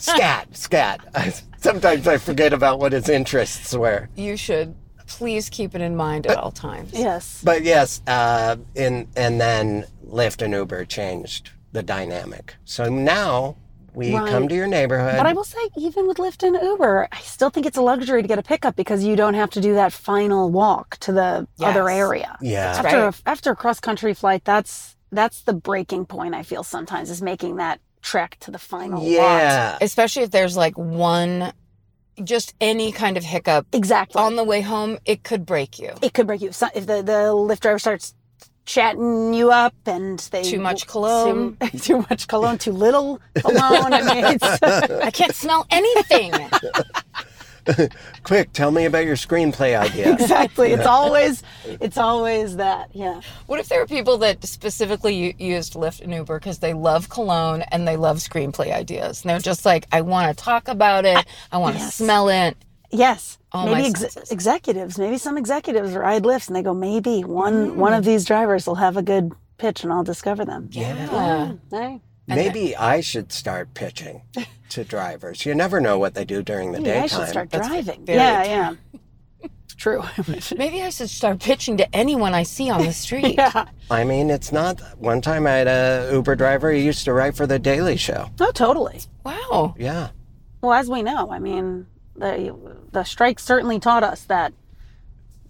E: scat, scat. *laughs* I, sometimes I forget about what his interests were.
F: You should please keep it in mind at all times.
A: Yes.
E: But yes, uh, in and then Lyft and Uber changed the dynamic. So now we
A: Right.
E: come to your neighborhood.
A: But I will say, even with Lyft and Uber, I still think it's a luxury to get a pickup because you don't have to do that final walk to the other
F: Yes.
A: area.
E: yeah,
A: After
F: Right.
A: a, after a cross country flight, that's that's the breaking point. I feel sometimes is making that trek to the final. lot.
E: yeah.
F: Especially if there's like one, just any kind of hiccup
A: exactly.
F: on the way home, it could break you.
A: it could break you So- if the the Lyft driver starts chatting you up and they
F: Too much cologne.
A: *laughs* too, too
F: *laughs*
A: much *laughs* cologne, too little cologne. *laughs* I mean, it's,
F: I can't smell anything.
E: Quick, tell me about your screenplay
A: *laughs*
E: idea.
A: exactly. It's always it's always that. Yeah.
F: What if there were people that specifically u- used Lyft and Uber because they love cologne and they love screenplay ideas? And they're just like, I want to talk about it. I want to
A: yes.
F: smell it.
A: Yes.
F: All my
A: maybe
F: senses.
A: executives, maybe some executives ride lifts and they go, maybe one
F: Mm.
A: one of these drivers will have a good pitch and I'll discover them.
F: Yeah.
A: Hey.
E: Maybe I should start
A: *laughs*
E: pitching to drivers. You never know what they do during the
A: Maybe I
E: daytime.
A: should start driving.
F: very
A: Yeah, yeah. True.
F: Maybe I should start pitching to anyone I see
A: *laughs*
F: on the street.
A: yeah.
E: I mean, it's not. One time I had a Uber driver. He used to write for the Daily Show.
A: Oh, totally.
F: Wow.
E: Yeah.
A: Well, as we know, I mean, the the strike certainly taught us that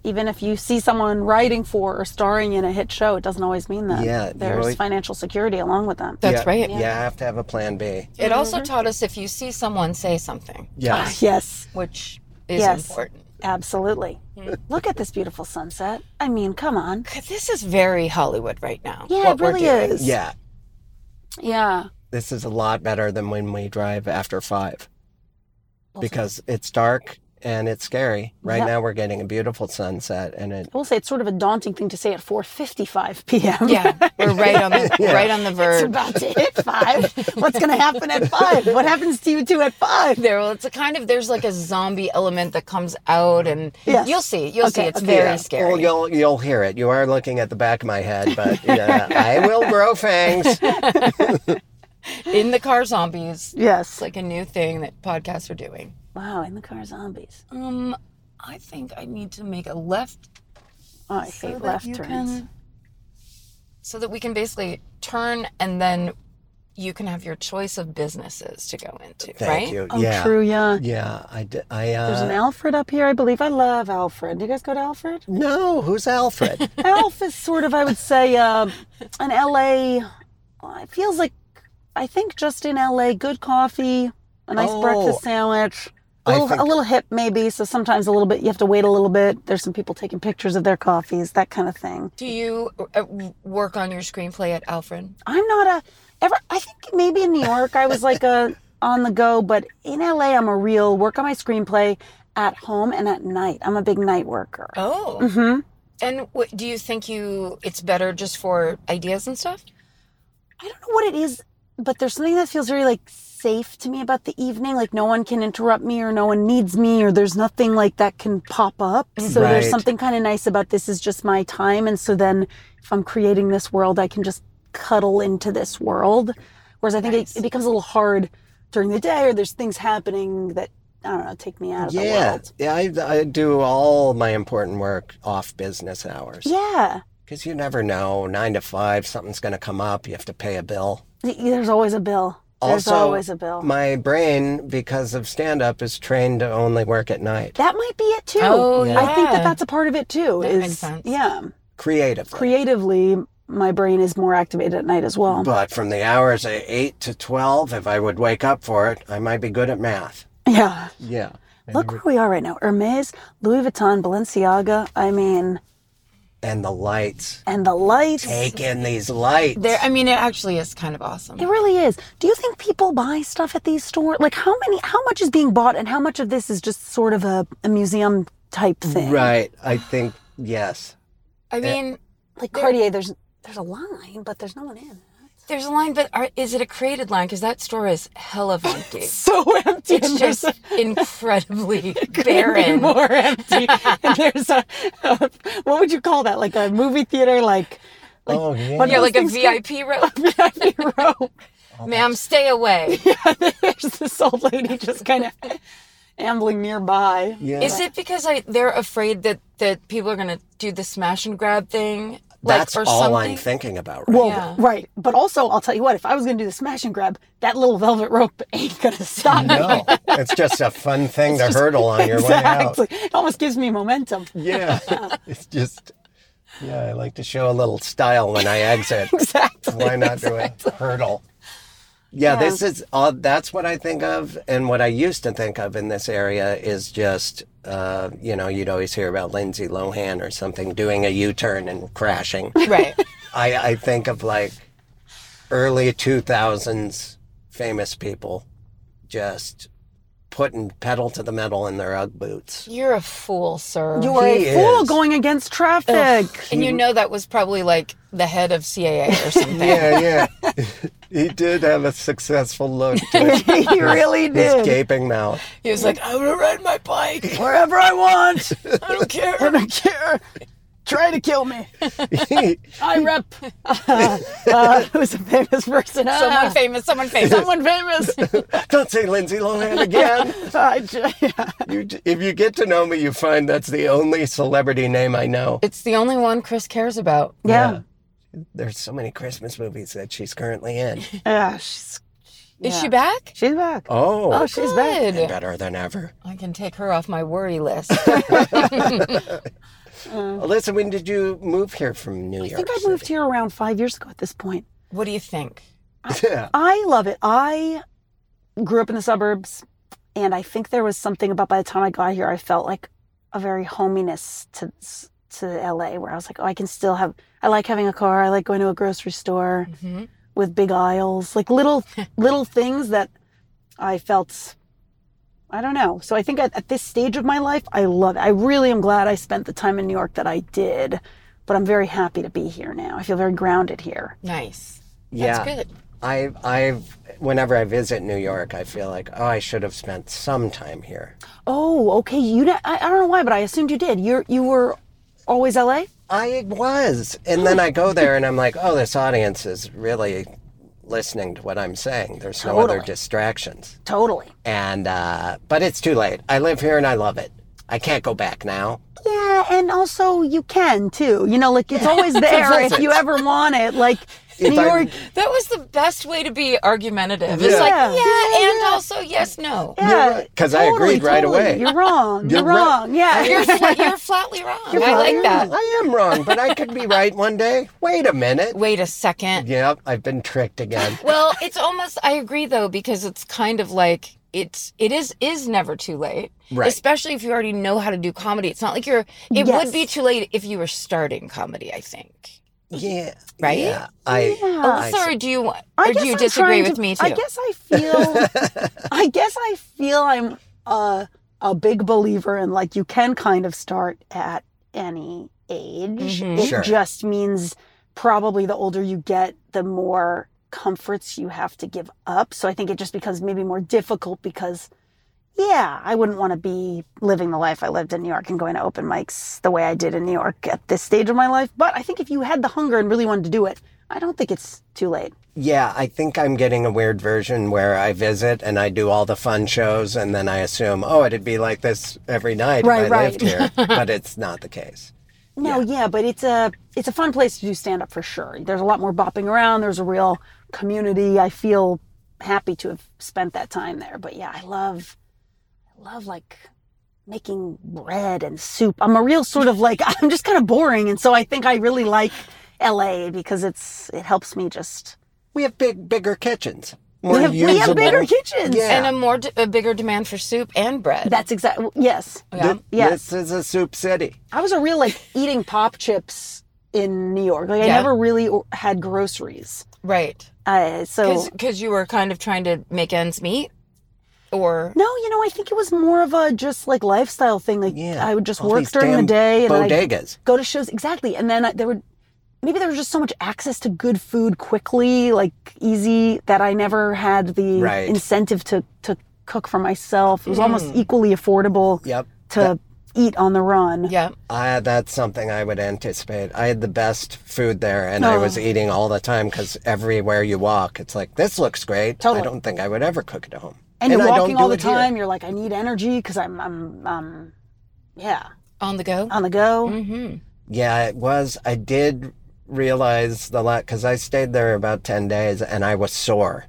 A: even if you see someone writing for or starring in a hit show, it doesn't always mean that
E: Yeah, you
A: there's
E: always-
A: financial security along with them.
F: That's
E: yeah.
F: right.
E: You have to have a plan B.
F: It
A: Mm-hmm.
F: also taught us if you see someone, say something,
E: Yes.
A: *laughs* Yes,
F: which is
A: Yes.
F: important.
A: absolutely.
F: Mm-hmm.
A: Look at this beautiful sunset. I mean, come on.
F: 'Cause This is very Hollywood right now.
A: Yeah,
F: what
A: it
F: we're
A: really
F: doing.
A: is.
E: Yeah.
A: Yeah.
E: This is a lot better than when we drive after five because it's dark and it's scary. Right
A: Yeah.
E: now, we're getting a beautiful sunset and it.
A: I will say it's sort of a daunting thing to say at 4:55 p.m.
F: Yeah, we're right on
E: *laughs*
F: the right on the
A: *laughs* It's
F: verge.
A: about to hit five. What's going to happen at five? What happens to you two at five?
F: There, well, it's a kind of there's like a zombie element that comes out, and
A: Yes.
F: you'll see, you'll see,
A: Okay,
F: it's
A: okay.
F: very
E: Yeah.
F: scary.
E: Well, you'll you'll hear it. You are looking at the back of my head, but *laughs* yeah, I will grow
A: *laughs*
E: fangs.
F: In the car, zombies.
A: Yes.
F: It's like a new thing that podcasts are doing.
A: wow, in the car zombies.
F: Um, I think I need to make a left
A: Oh, I
F: so
A: hate
F: that
A: left
F: you
A: turns.
F: can- so that we can basically turn, and then you can have your choice of businesses to go into.
E: Thank
F: right?
E: you.
A: Oh,
E: yeah.
A: true, yeah.
E: Yeah. I. d- I, uh,
A: There's an Alfred up here. I believe I love Alfred. Do you guys go to Alfred?
E: No, who's
A: *laughs*
E: Alfred?
A: Alf is sort of, I would say, uh, an LA. well, It feels like, I think, just in LA, good coffee, a nice
E: Oh.
A: breakfast sandwich, a
E: I
A: little,
E: think-
A: a little hip maybe. So sometimes a little bit, you have to wait a little bit. There's some people taking pictures of their coffees, that kind of thing.
F: Do you uh, work on your screenplay at Alfred?
A: I'm not a ever. I think maybe in New York I was like a *laughs* on the go, but in LA I'm a real work on my screenplay at home and at night. I'm a big night worker.
F: Oh.
A: hmm
F: And what, do you think you it's better just for ideas and stuff?
A: I don't know what it is, but there's something that feels very like safe to me about the evening. Like no one can interrupt me, or no one needs me, or there's nothing like that can pop up. So
E: Right.
A: there's something kind of nice about this is just my time, and so then if I'm creating this world, I can just cuddle into this world. Whereas I think it, it becomes a little hard during the day, or there's things happening that I don't know take me out of the
E: yeah.
A: world.
E: Yeah. I, I do all my important work off business hours
A: Yeah,
E: because you never know. Nine to five, something's going to come up. You have to pay a bill.
A: Y- there's always a bill. There's
E: also,
A: always a bill.
E: my brain, because of stand up, is trained to only work at night.
A: that might be it too.
F: Oh,
A: I think
F: yeah.
A: that that's a part of it too.
F: That
A: is
F: makes sense.
A: yeah.
E: Creatively.
A: creatively my brain is more activated at night as well
E: but from the hours of 8 to 12, if I would wake up for it, I might be good at math.
A: *laughs* yeah
E: Yeah.
A: look where we are right now hermes louis vuitton balenciaga i mean
E: And the lights.
A: and the lights
E: Take in these lights.
F: There I mean it actually is kind of awesome.
A: it really is do you think people buy stuff at these stores like how many how much is being bought and how much of this is just sort of a, a museum type thing
E: Right. I think, yes.
F: I
A: *laughs*
F: mean,
A: like cartier there's there's a line but there's no one in
F: there's a line but are, is it a created line cuz that store is hell of *laughs* empty.
A: so empty
F: it's *laughs* just *laughs* incredibly barren.
A: more empty *laughs* and there's a, what would you call that like a movie theater like
E: Oh, yeah.
A: what
F: Yeah,
A: those
F: like a
A: things
F: VIP *laughs* room.
A: *laughs* VIP row.
F: Ma'am, stay *laughs* away.
A: *laughs* There's this old lady just kind of ambling nearby.
E: Yeah.
F: Is it because I they're afraid that that people are going to do the smash and grab thing like
E: That's
F: or
E: all
F: something?
E: I'm thinking about. Right
A: Well,
F: Yeah.
A: Oh, right. But also, I'll tell you what, if I was going to do the smash and grab, that little velvet rope *laughs* ain't going to stop me.
E: now. *laughs* No, it's just a fun thing to hurdle on your
A: Exactly. It almost gives me momentum. *laughs*
E: way out. Yeah, *laughs* it's just yeah. I like to show a little style when I exit.
A: Exactly.
E: Why not do a hurdle? Yeah, this is all. That's what I think of, and what I used to think of in this area is just uh, you know you'd always hear about Lindsay Lohan or something doing a U-turn and crashing.
F: right.
E: I, I think of like early 2000s famous people just putting pedal to the metal in their Ugg boots.
F: You're a fool, sir.
A: You are a
E: He
A: fool
E: is.
A: going against traffic.
F: and you know that was probably like the head of CAA *laughs* or something.
E: Yeah, yeah. *laughs* he did have a successful
A: *laughs*
E: look. To his,
A: *laughs* he really
E: his
A: did.
E: gaping mouth.
F: He was like, I'm gonna ride my bike.
A: Wherever
E: *laughs*
A: I want.
F: I *laughs* don't care.
A: I don't care. Try to
E: *laughs*
A: kill me. I rep. *laughs* Uh, who's a famous person?
F: *laughs*
A: Ah,
F: Someone
A: *laughs*
F: famous, someone famous.
A: someone
F: *laughs*
A: famous.
E: *laughs* Don't say Lindsay Lohan again.
A: I ju- *laughs* yeah.
E: You, j- if you get to know me, you find that's the only celebrity name I know.
F: It's the only one Chris cares about.
A: yeah.
E: There's so many Christmas movies that she's currently
A: *laughs*
E: in.
A: Yeah, She's,
F: Is
A: Yeah.
F: she back?
A: she's back.
E: Oh,
A: Oh, she's back.
F: Good.
E: better than ever.
F: I can take her off my worry
A: *laughs*
F: list.
E: Alyssa, when did you move here from New
A: I
E: York?
A: think I moved here around five years ago at this point.
F: what do you think?
E: City? Yeah.
A: I love it. I grew up in the suburbs, and I think there was something about by the time I got here, I felt like a very hominess to to LA, where I was like, oh, I can still have. I like having a car. I like going to a grocery store
F: Mhm.
A: with big aisles, like
F: *laughs*
A: little little things that I felt. I don't know. So I think at, at this stage of my life, I love it. I really am glad I spent the time in New York that I did, but I'm very happy to be here now. I feel very grounded here.
F: Nice.
E: *laughs* Yeah.
F: That's good.
E: I, I've, whenever I visit New York, I feel like, oh, I should have spent some time here.
A: Oh, okay. You did I, I don't know why, but I assumed you did. You you were always LA.
E: I was. And then I go there and I'm like, oh, this audience is really listening to what I'm saying. There's no other
A: Totally.
E: distractions.
A: Totally.
E: And, uh, but it's too late. I live here and I love it. I can't go back now.
A: Yeah, and also you can too. You know, like it's
F: *laughs*
A: always there if you ever want it. Like New
E: I-
A: York.
F: That was the best way way to be argumentative. It's
E: Yeah.
F: like, yeah,
A: Yeah.
F: and also, yes, no.
A: Yeah,
E: Because I
A: totally,
E: agreed right
A: totally.
E: away.
A: You're wrong. You're,
E: You're right.
A: wrong.
F: *laughs*
E: *laughs*
A: Yeah.
F: You're, fla- you're flatly wrong. I
A: flatly
F: like that.
E: I am wrong, but I could be right one day. Wait a minute.
F: Wait a second.
E: Yep, I've been tricked again.
F: Well, it's almost I agree though because it's kind of like it's it is is never too late.
E: Right.
F: Especially if you already know how to do comedy. It's not like you're it
A: Yes.
F: would be too late if you were starting comedy, I think.
E: Yeah.
F: Right?
E: Yeah. I, *laughs*
A: Yeah.
E: I see.
F: Sorry, do you want
A: I
F: Oh, or do
A: guess
F: you
A: I'm
F: disagree
A: trying
F: with
A: to-
F: me too?
A: I guess I
F: *laughs*
A: feel. I guess I feel I'm a a big believer in like you can kind of start at any age.
F: Mhm.
A: It
E: Sure.
A: just means probably the older you get, the more comforts you have to give up. So I think it just becomes maybe more difficult because. Yeah, I wouldn't want to be living the life I lived in New York and going to open mics the way I did in New York at this stage of my life. But I think if you had the hunger and really wanted to do it, I don't think it's too late.
E: Yeah, I think I'm getting a weird version where I visit and I do all the fun shows, and then I assume, oh, it'd be like this every night
A: Right,
E: if I
A: right.
E: lived
A: *laughs*
E: here. but it's not the case.
A: No, yeah. but it's a it's a fun place to do stand up for sure. There's a lot more bopping around. There's a real community. I feel happy to have spent that time there. But yeah, I love I love like making bread and soup. I'm a real sort of like *laughs* I'm just kind of boring, and so I think I really like LA because it's it helps me just
E: We have big, bigger kitchens. More
A: we have, we have
E: usable.
A: bigger kitchens.
E: Yeah.
F: and a more d a bigger demand for soup and bread.
A: That's exactly yes.
F: yeah.
A: Yes.
E: This is a soup city.
A: I was a real
F: *laughs*
A: like eating pop chips in New York. Like I
F: Yeah.
A: never really o- had groceries.
F: right.
A: Uh, so
F: Because you were kind of trying to make ends meet, or
A: No, you know, I think it was more of a just like lifestyle thing. Like
E: Yeah.
A: I would just
E: All
A: work
E: these
A: during the
E: damn
A: day and I'd
E: Bodegas.
A: go to shows exactly, and then I, there would maybe there was just so much access to good food quickly, like easy, that I never had the
E: Right.
A: incentive to to cook for myself. It was
F: Mm.
A: almost equally affordable
E: Yep.
A: to eat on the run.
F: yeah,
E: Uh, that's something I would anticipate. I had the best food there, and I
A: Oh.
E: was eating all the time because everywhere you walk, it's like, this looks great.
A: Totally.
E: I don't think I would ever cook it at home.
A: And, you're
E: I don't
A: walking
E: do
A: all the
E: it here.
A: time. You're like, I need energy because I'm, I'm, um, yeah,
F: on the go.
A: on the go.
F: Mm-hmm.
E: Yeah, it was. I did realize the lot because I stayed there about 10 days and I was sore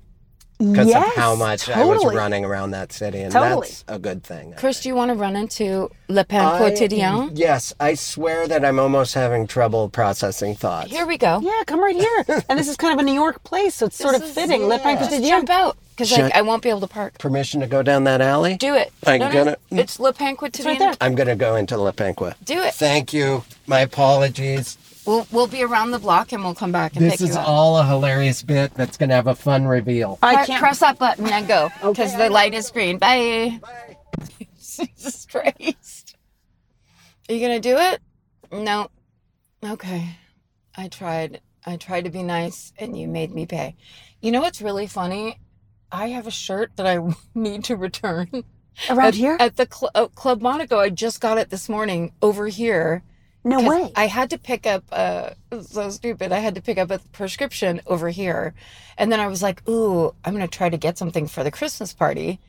E: because
A: Yes,
E: of how much I
A: totally.
E: was running around that city. And
A: Totally.
E: that's a good thing.
F: Chris, do you want to run into Le Pain
E: I-
F: Quotidien?
E: Yes, I swear that I'm almost having trouble processing thoughts.
F: Here we go.
A: Yeah, come right
E: *laughs*
A: here. and this is kind of a New York place, so it's sort of
F: This is-
A: fitting. Le Pain
F: Just
A: Quotidien.
F: jump out because like, I won't be able to park.
E: Permission to go down that alley?
F: Do it. Mm.
E: I'm
F: No, no,
E: gonna-
F: It's Le Pain Quotidien.
A: there.
E: I'm going to go into La Penqua.
F: Do it.
E: Thank you. My apologies.
F: We'll we'll be around the block and we'll come back and
E: This
F: pick
E: is
F: you up.
E: all a hilarious bit that's going to have a fun reveal.
A: I
F: Pre-
A: can't.
F: press that button and go because the light is green. Bye. *laughs* Jesus Christ. Are you gonna do it? No. Okay. I tried. I tried to be nice, and you made me pay. You know what's really funny? I have a shirt that I *laughs* need to return
A: around
F: at,
A: here?
F: at the cl- oh, Club Monaco. I just got it this morning over here.
A: no
F: 'Cause
A: way.
F: I had to pick up uh so stupid. I had to pick up a prescription over here. And then I was like, ooh, I'm gonna try to get something for the Christmas party.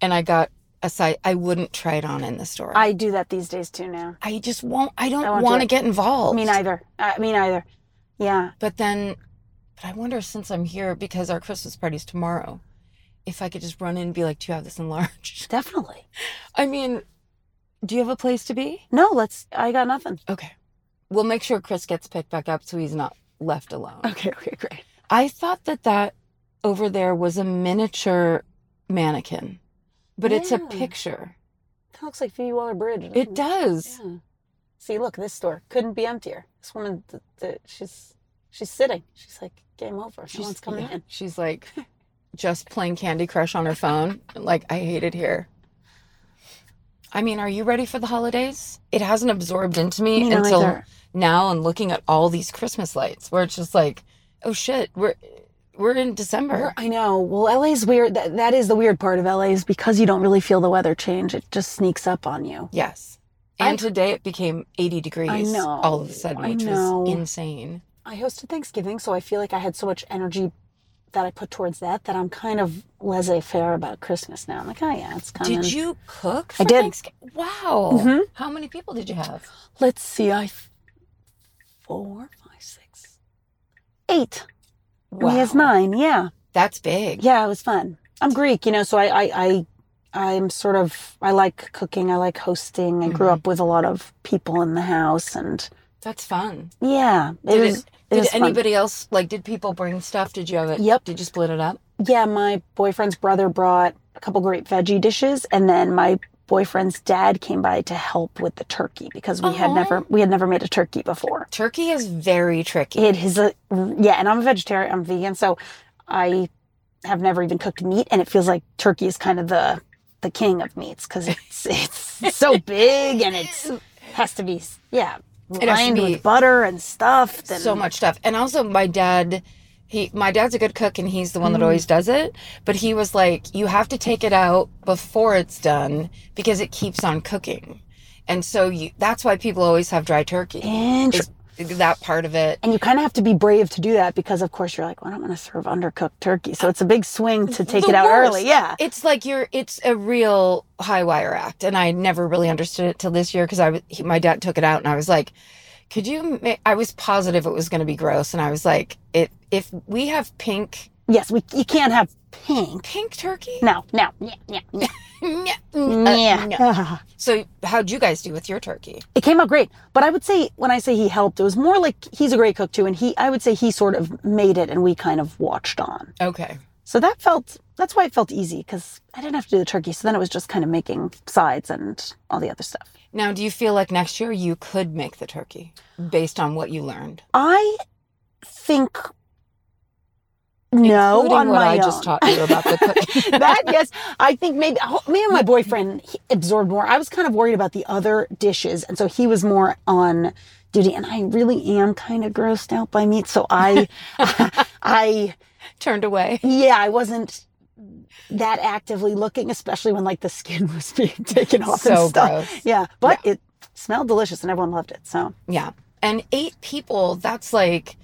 F: And I got a size I wouldn't try it on in the store. I,
A: I do that these days too now.
F: just won't I
A: I
F: don't
A: won't do
F: want to
A: it.
F: get involved.
A: Me neither. I, me neither. Yeah.
F: But then but I wonder since I'm here because our Christmas party's tomorrow, if I could just run in and be like, Do you have this enlarged?
A: Definitely.
F: I mean, do you have a place to be?
A: No, let's. I got nothing.
F: Okay. We'll make sure Chris gets picked back up so he's not left alone.
A: Okay. Okay. Great.
F: I thought that that over there was a miniature mannequin, but it's a
A: Yeah.
F: picture.
A: That looks like Phoebe Waller Bridge.
F: It does.
A: Yeah. See, look, this store couldn't be emptier. This woman, th- th- she's she's sitting. She's like, game over. She's, Someone's coming
F: yeah.
A: in.
F: She's like just playing Candy Crush on her phone. like, I hate it here. I mean, are you ready for the holidays? It hasn't absorbed into me,
A: Me
F: until
A: neither.
F: now and looking at all these Christmas lights where it's just like, oh shit, we're we're in December.
A: We're- I know. Well, LA's weird. That, that is the weird part of LA is because you don't really feel the weather change. It just sneaks up on you.
F: Yes.
A: I-
F: And today it became 80 degrees
A: know,
F: all of a sudden,
A: I
F: which
A: know.
F: was insane.
A: I hosted Thanksgiving, so I feel like I had so much energy that I put towards that that I'm kind of laissez faire about Christmas now. I'm like, oh yeah, it's coming.
F: Did you cook? For
A: I did.
F: Thanksgiving? Wow.
A: Mhm.
F: How many people did you have?
A: Let's see. I f- four, five, six, eight. Wow. We has nine. Yeah.
F: That's big.
A: yeah it was fun i'm greek you know so i i, I i'm sort of i like cooking i like hosting i grew
F: Mm-hmm.
A: up with a lot of people in the house and
F: That's fun.
A: yeah it
F: Did,
A: was
F: it,
A: it
F: did
A: was fun.
F: anybody else, like, did people bring stuff? Did you have it?
A: Yep.
F: Did you split it up?
A: yeah my boyfriend's brother brought a couple great veggie dishes and then my boyfriend's dad came by to help with the turkey because we had
F: Aw.
A: never we had never made a turkey before
F: Turkey is very tricky.
A: it is a uh, yeah and i'm a vegetarian i'm vegan so i have never even cooked meat and it feels like turkey is kind of the the king of meats
F: *laughs*
A: because it's it's so big and it's has to be yeah
F: to
A: lined
F: be
A: with butter and stuffed and
F: so much stuff. And also, my dad, he my dad's a good cook, and he's the one
A: Mm.
F: that always does it. But he was like, you have to take it out before it's done because it keeps on cooking, and so you, that's why people always have dry turkey.
A: and
F: Is that part of it?
A: and you kind of have to be brave to do that because of course you're like well, i don't want to serve undercooked turkey so it's a big swing to take
F: The
A: it out
F: worst.
A: early yeah
F: It's like you're. It's a real high wire act, and I never really understood it till this year because I was. He, my dad took it out, and I was like, "Could you?" Ma-? I was positive it was going to be gross, and I was like, "It if we have pink
A: yes we you can't have pink
F: pink turkey." *laughs*
A: no no yeah yeah yeah,
F: Yeah.
A: yeah. *laughs*
F: So how'd you guys do with your turkey?
A: it came out great. But I would say when I say he helped, it was more like he's a great cook too, and he I would say he sort of made it, and we kind of watched on.
F: Okay.
A: So that felt that's why it felt easy because I didn't have to do the turkey. So then it was just kind of making sides and all the other stuff.
F: Now, do you feel like next year you could make the turkey based on what you learned?
A: I think no
F: Including
A: on
F: what
A: my
F: I just
A: own.
F: taught you about the cooking.
A: *laughs* that yes i think maybe oh, me and my boyfriend he absorbed more i was kind of worried about the other dishes and so he was more on duty and i really am kind of grossed out by meat so i *laughs* i
F: *laughs* Turned away.
A: yeah i wasn't that actively looking especially when like the skin *laughs* was being taken off
F: So
A: and stuff
F: gross.
A: yeah but it smelled delicious and everyone loved it so
F: Yeah. And eight people, that's like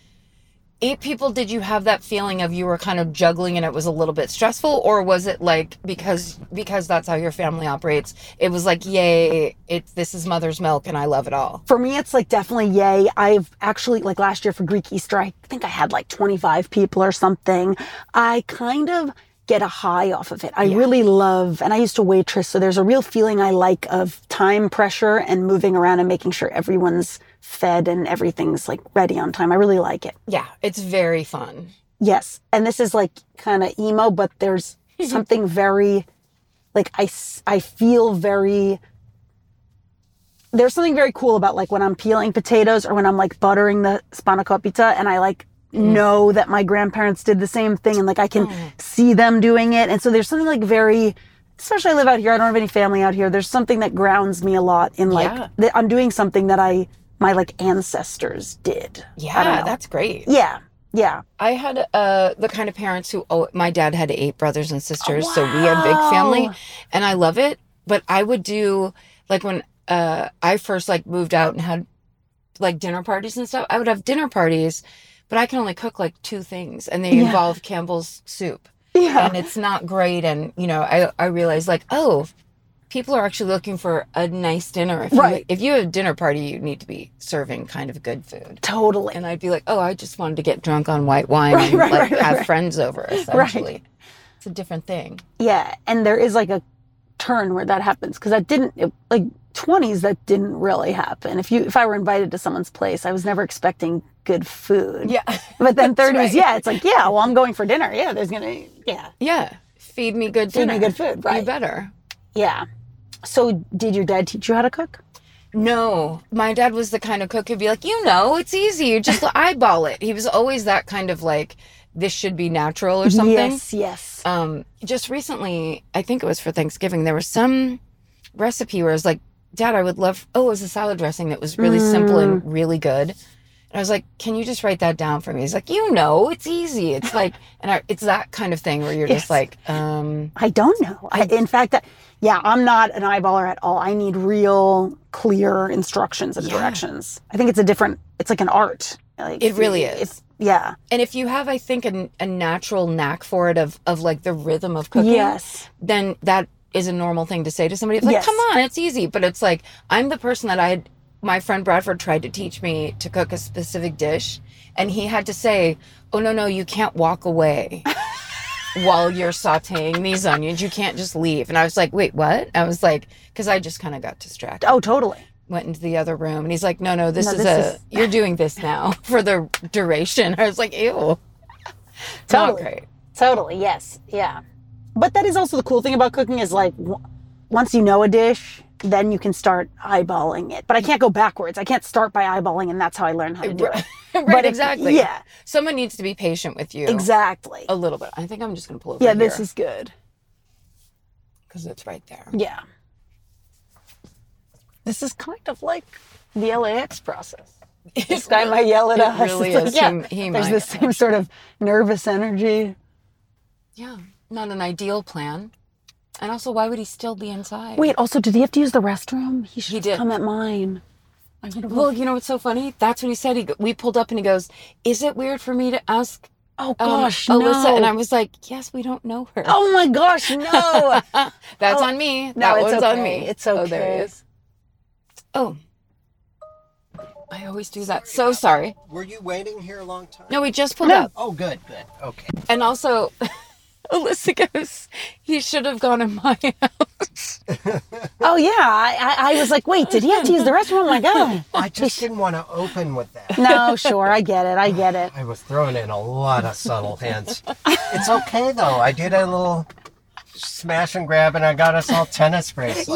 F: eight people. Did you have that feeling of you were kind of juggling and it was a little bit stressful? Or was it like because because that's how your family operates, it was like, yay, it's this is mother's milk and I love it all.
A: for me it's like definitely yay i've actually like last year for greek easter i think i had like 25 people or something i kind of get a high off of it i really love and i used to waitress so there's a real feeling i like of time pressure and moving around and making sure everyone's fed and everything's like ready on time i really like it
F: Yeah. It's very fun.
A: yes and this is like kind of emo but there's something very like I, s- I feel very there's something very cool about like when I'm peeling potatoes or when I'm like buttering the spanakopita and I like know that my grandparents did the same thing and like I can see them doing it. And so there's something like very especially I live out here, I don't have any family out here. There's something that grounds me a lot in like
F: Yeah.
A: that I'm doing something that I my like ancestors did.
F: Yeah, that's great.
A: Yeah. Yeah.
F: I had uh, the kind of parents who, oh, my dad had eight brothers and sisters, so we had big family,
A: wow.
F: and I love it. But I would do like when uh, I first like moved out and had like dinner parties and stuff. I would have dinner parties, but I can only cook like two things, and they
A: Yeah.
F: involve Campbell's soup,
A: Yeah.
F: and it's not great. And you know, I I realized like oh. People are actually looking for a nice dinner. If
A: Right.
F: You, if you have a dinner party, you need to be serving kind of good food
A: Totally.
F: and I'd be like, "Oh, I just wanted to get drunk on white wine
A: Right,
F: and
A: right,
F: like
A: right,
F: have
A: right.
F: friends over." Essentially, it's a different thing.
A: Yeah, and there is like a turn where that happens because that didn't it- like 20s that didn't really happen. If you if I were invited to someone's place, I was never expecting good food. But then 30s,
F: right.
A: yeah, it's like, yeah, well I'm going for dinner. Yeah, there's going to yeah.
F: yeah. *laughs* Feed me good
A: Feed
F: dinner.
A: me good food, right.
F: You better.
A: Yeah. So did your dad teach you how to cook?
F: No, my dad was the kind of cook who'd be like, "You know, it's easy. You just eyeball it." He was always that kind of like, "This should be natural" or something.
A: Yes, yes.
F: um, just recently, I think it was for Thanksgiving, there was some recipe where I was like, Dad, I would love, oh, it was a salad dressing that was really simple
A: Mm.
F: and really good. And I was like, Can you just write that down for me? He's like, You know, it's easy.
A: *laughs*
F: It's like, and I, it's that kind of thing where you're
A: Yes.
F: just like, um,
A: I don't know. I, in fact, I, yeah, I'm not an eyeballer at all. I need real clear instructions and directions. I think it's a different it's like an art. Like
F: It really
A: if-
F: is.
A: yeah.
F: And if you have, I think, a, a natural knack for it of, of like the rhythm of cooking,
A: Yes.
F: then that is a normal thing to say to somebody. It's like,
A: Yes.
F: come on, it's easy. But it's like, I'm the person that I had, my friend Bradford tried to teach me to cook a specific dish. And he had to say, oh, no, no, you can't walk
A: *laughs*
F: away while you're sauteing these onions. You can't just leave. And I was like, wait, what? I was like, because I just kind of got distracted.
A: Oh, totally.
F: Went into the other room and he's like, no, no, this
A: No,
F: is
A: this
F: a,
A: is-
F: you're doing this now *laughs* for the duration. *laughs* I was like, ew. Not
A: Totally.
F: great.
A: Totally, yes. Yeah. But that is also the cool thing about cooking is like w- once you know a dish, then you can start eyeballing it. But I can't go backwards. I can't start by eyeballing and that's how I learn how to do it.
F: *laughs* right,
A: But if-
F: exactly.
A: yeah.
F: Someone needs to be patient with you.
A: Exactly.
F: A little bit. I think I'm just gonna pull over.
A: Yeah, this is good.
F: because it's right there.
A: Yeah. This is kind of like the
F: *laughs*
A: LAX process. This guy might yell at
F: it
A: us.
F: really
A: It's
F: is.
A: *laughs* yeah,
F: He- he
A: there's
F: might,
A: the same sort of nervous energy.
F: Yeah, not an ideal plan. And also, why would he still be inside?
A: Wait, also, did he have to use the restroom? He should
F: He
A: have
F: did.
A: come at mine. I would have
F: Well, you know what's so funny? That's what he said. He go- we pulled up and he goes, "Is it weird for me to ask?"
A: Oh
F: um,
A: gosh,
F: Alyssa,
A: no.
F: and I was like, "Yes, we don't know her.
A: Oh my gosh,
F: *laughs*
A: no.
F: That's
A: oh,
F: on me.
A: no,
F: that
A: it's
F: one's on
A: okay.
F: me.
A: It's
F: Oh, there
A: okay.
F: he is. Oh, I always do that. So sorry.
E: Were you waiting here a long time?
F: No, we just pulled up.
E: Oh, good, good. Okay.
F: And also, *laughs* Alyssa goes, he should have gone in my *laughs* house.
A: oh yeah, I, I, I was like, wait, did he have to use the restroom?
F: *laughs*
A: Oh my god.
E: I just didn't want to open with that.
A: *laughs* No, sure, I get it, I get it.
E: I was throwing in a lot of subtle hints. It's okay though. I did a little smash and grab, and I got us all
F: *laughs*
E: tennis bracelets.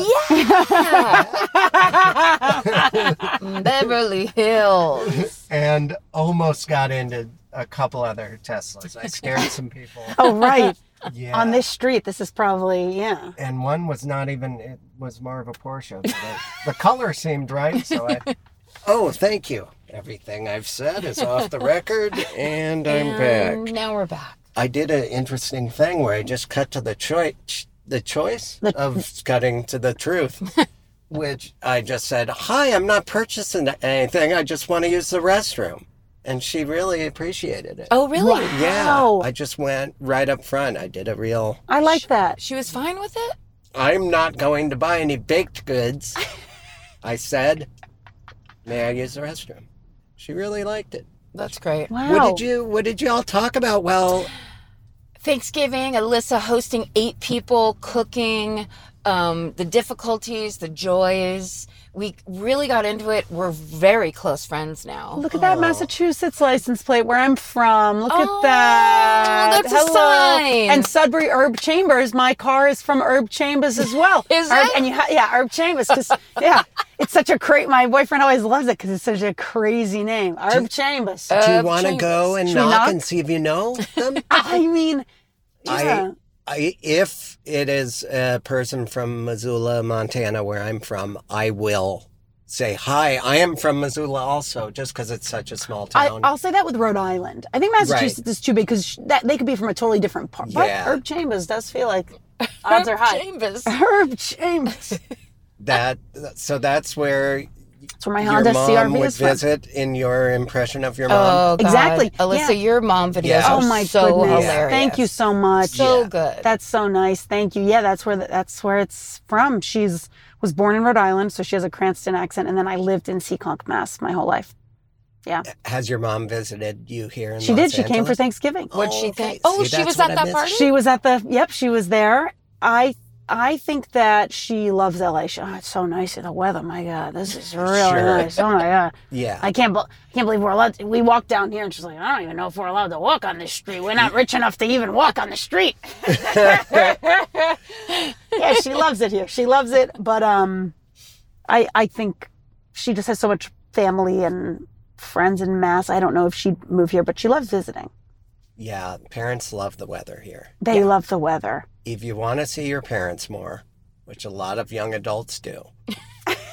F: Beverly Hills.
E: and almost got into a couple other Teslas. I scared
F: *laughs*
E: some people.
A: Oh right.
E: Yeah.
A: On this street, this is probably yeah.
E: and one was not even. It was more of a Porsche. But the color seemed right, so I. *laughs* Oh, thank you. Everything I've said is off the record, and I'm
F: And
E: back.
F: Now we're back.
E: I did an interesting thing where I just cut to the choice, the choice of cutting to the truth. Which I just said, "Hi, I'm not purchasing anything. I just want to use the restroom," and she really appreciated it.
F: Oh, really?
E: Yeah.
A: Wow.
E: I just went right up front. I did a real.
A: I like that.
F: She was fine with it?
E: I'm not going to buy any baked
A: *laughs*
E: goods. I said, "May I use the restroom?" She really liked it.
F: That's great.
A: Wow.
E: What did you What did you all talk about? Well,
F: Thanksgiving, Alyssa hosting eight people, cooking,
G: um, the difficulties, the joys. We really got into it. We're very close friends now.
A: Look at
E: Oh.
A: that Massachusetts license plate where I'm from. Look
G: Oh,
A: at that.
G: that's a sign.
A: And Sudbury Herb Chambers. My car is from Herb Chambers
E: *laughs*
A: as well.
G: Is
A: Herb-
G: it?
A: And you ha- yeah, Herb Chambers. 'cause- yeah, it's such a crazy. My boyfriend always loves it because it's such a crazy name. Herb Chambers.
E: Do you
G: Of
E: want to go
G: chambers.
E: and
A: Should we
E: knock,
A: knock?
E: and see if you know them?
A: I mean, *laughs* yeah.
E: I, I, if it is a person from Missoula, Montana, where I'm from, I will say hi. I am from Missoula, also, just because it's such a small
A: I, uh,
E: town.
A: I'll say that with Rhode Island. I think Massachusetts is too big because that they could be from a totally different part.
E: Yeah.
A: But Herb Chambers does feel like odds are high.
G: Chambers.
A: Herb Chambers.
E: that so that's where
A: That's where my
E: your
A: Honda
E: mom
A: CRV
E: would
A: is from.
E: visit in your impression of your mom.
G: Oh, God.
A: Exactly.
G: Alyssa,
A: Yeah.
G: your mom videos
E: Yeah.
G: are
A: Oh my
G: so
A: goodness!
G: hilarious.
A: Thank you so much.
G: So good.
A: That's so nice. Thank you. Yeah, that's where the, that's where it's from. She's was born in Rhode Island, so she has a Cranston accent, and then I lived in Seekonk, Mass, my whole life.
E: Has your mom visited you here in
A: She
E: Los
A: did. She came for
E: Angeles?
A: Thanksgiving.
G: What'd she
E: Oh,
G: think?
E: okay.
G: Oh,
E: See,
G: she
E: that's
G: was
E: what
G: at
E: I
G: that
E: missed.
G: party?
A: She was at the. Yep, she was there. I I think that she loves LA. She, oh, it's so nice in the weather. My God, this is really
E: Sure.
A: nice. Oh my God,
E: Yeah.
A: I can't. bel I can't believe we're allowed. To, we walked down here, and she's like, I don't even know if we're allowed to walk on this street. We're not rich enough to even walk on the street. *laughs* yeah, she loves it here. She loves it, but um, I I think she just has so much family and friends in Mass. I don't know if she'd move here, but she loves visiting.
E: yeah, parents love the weather here.
A: They love the weather.
E: If you want to see your parents more, which a lot of young adults do,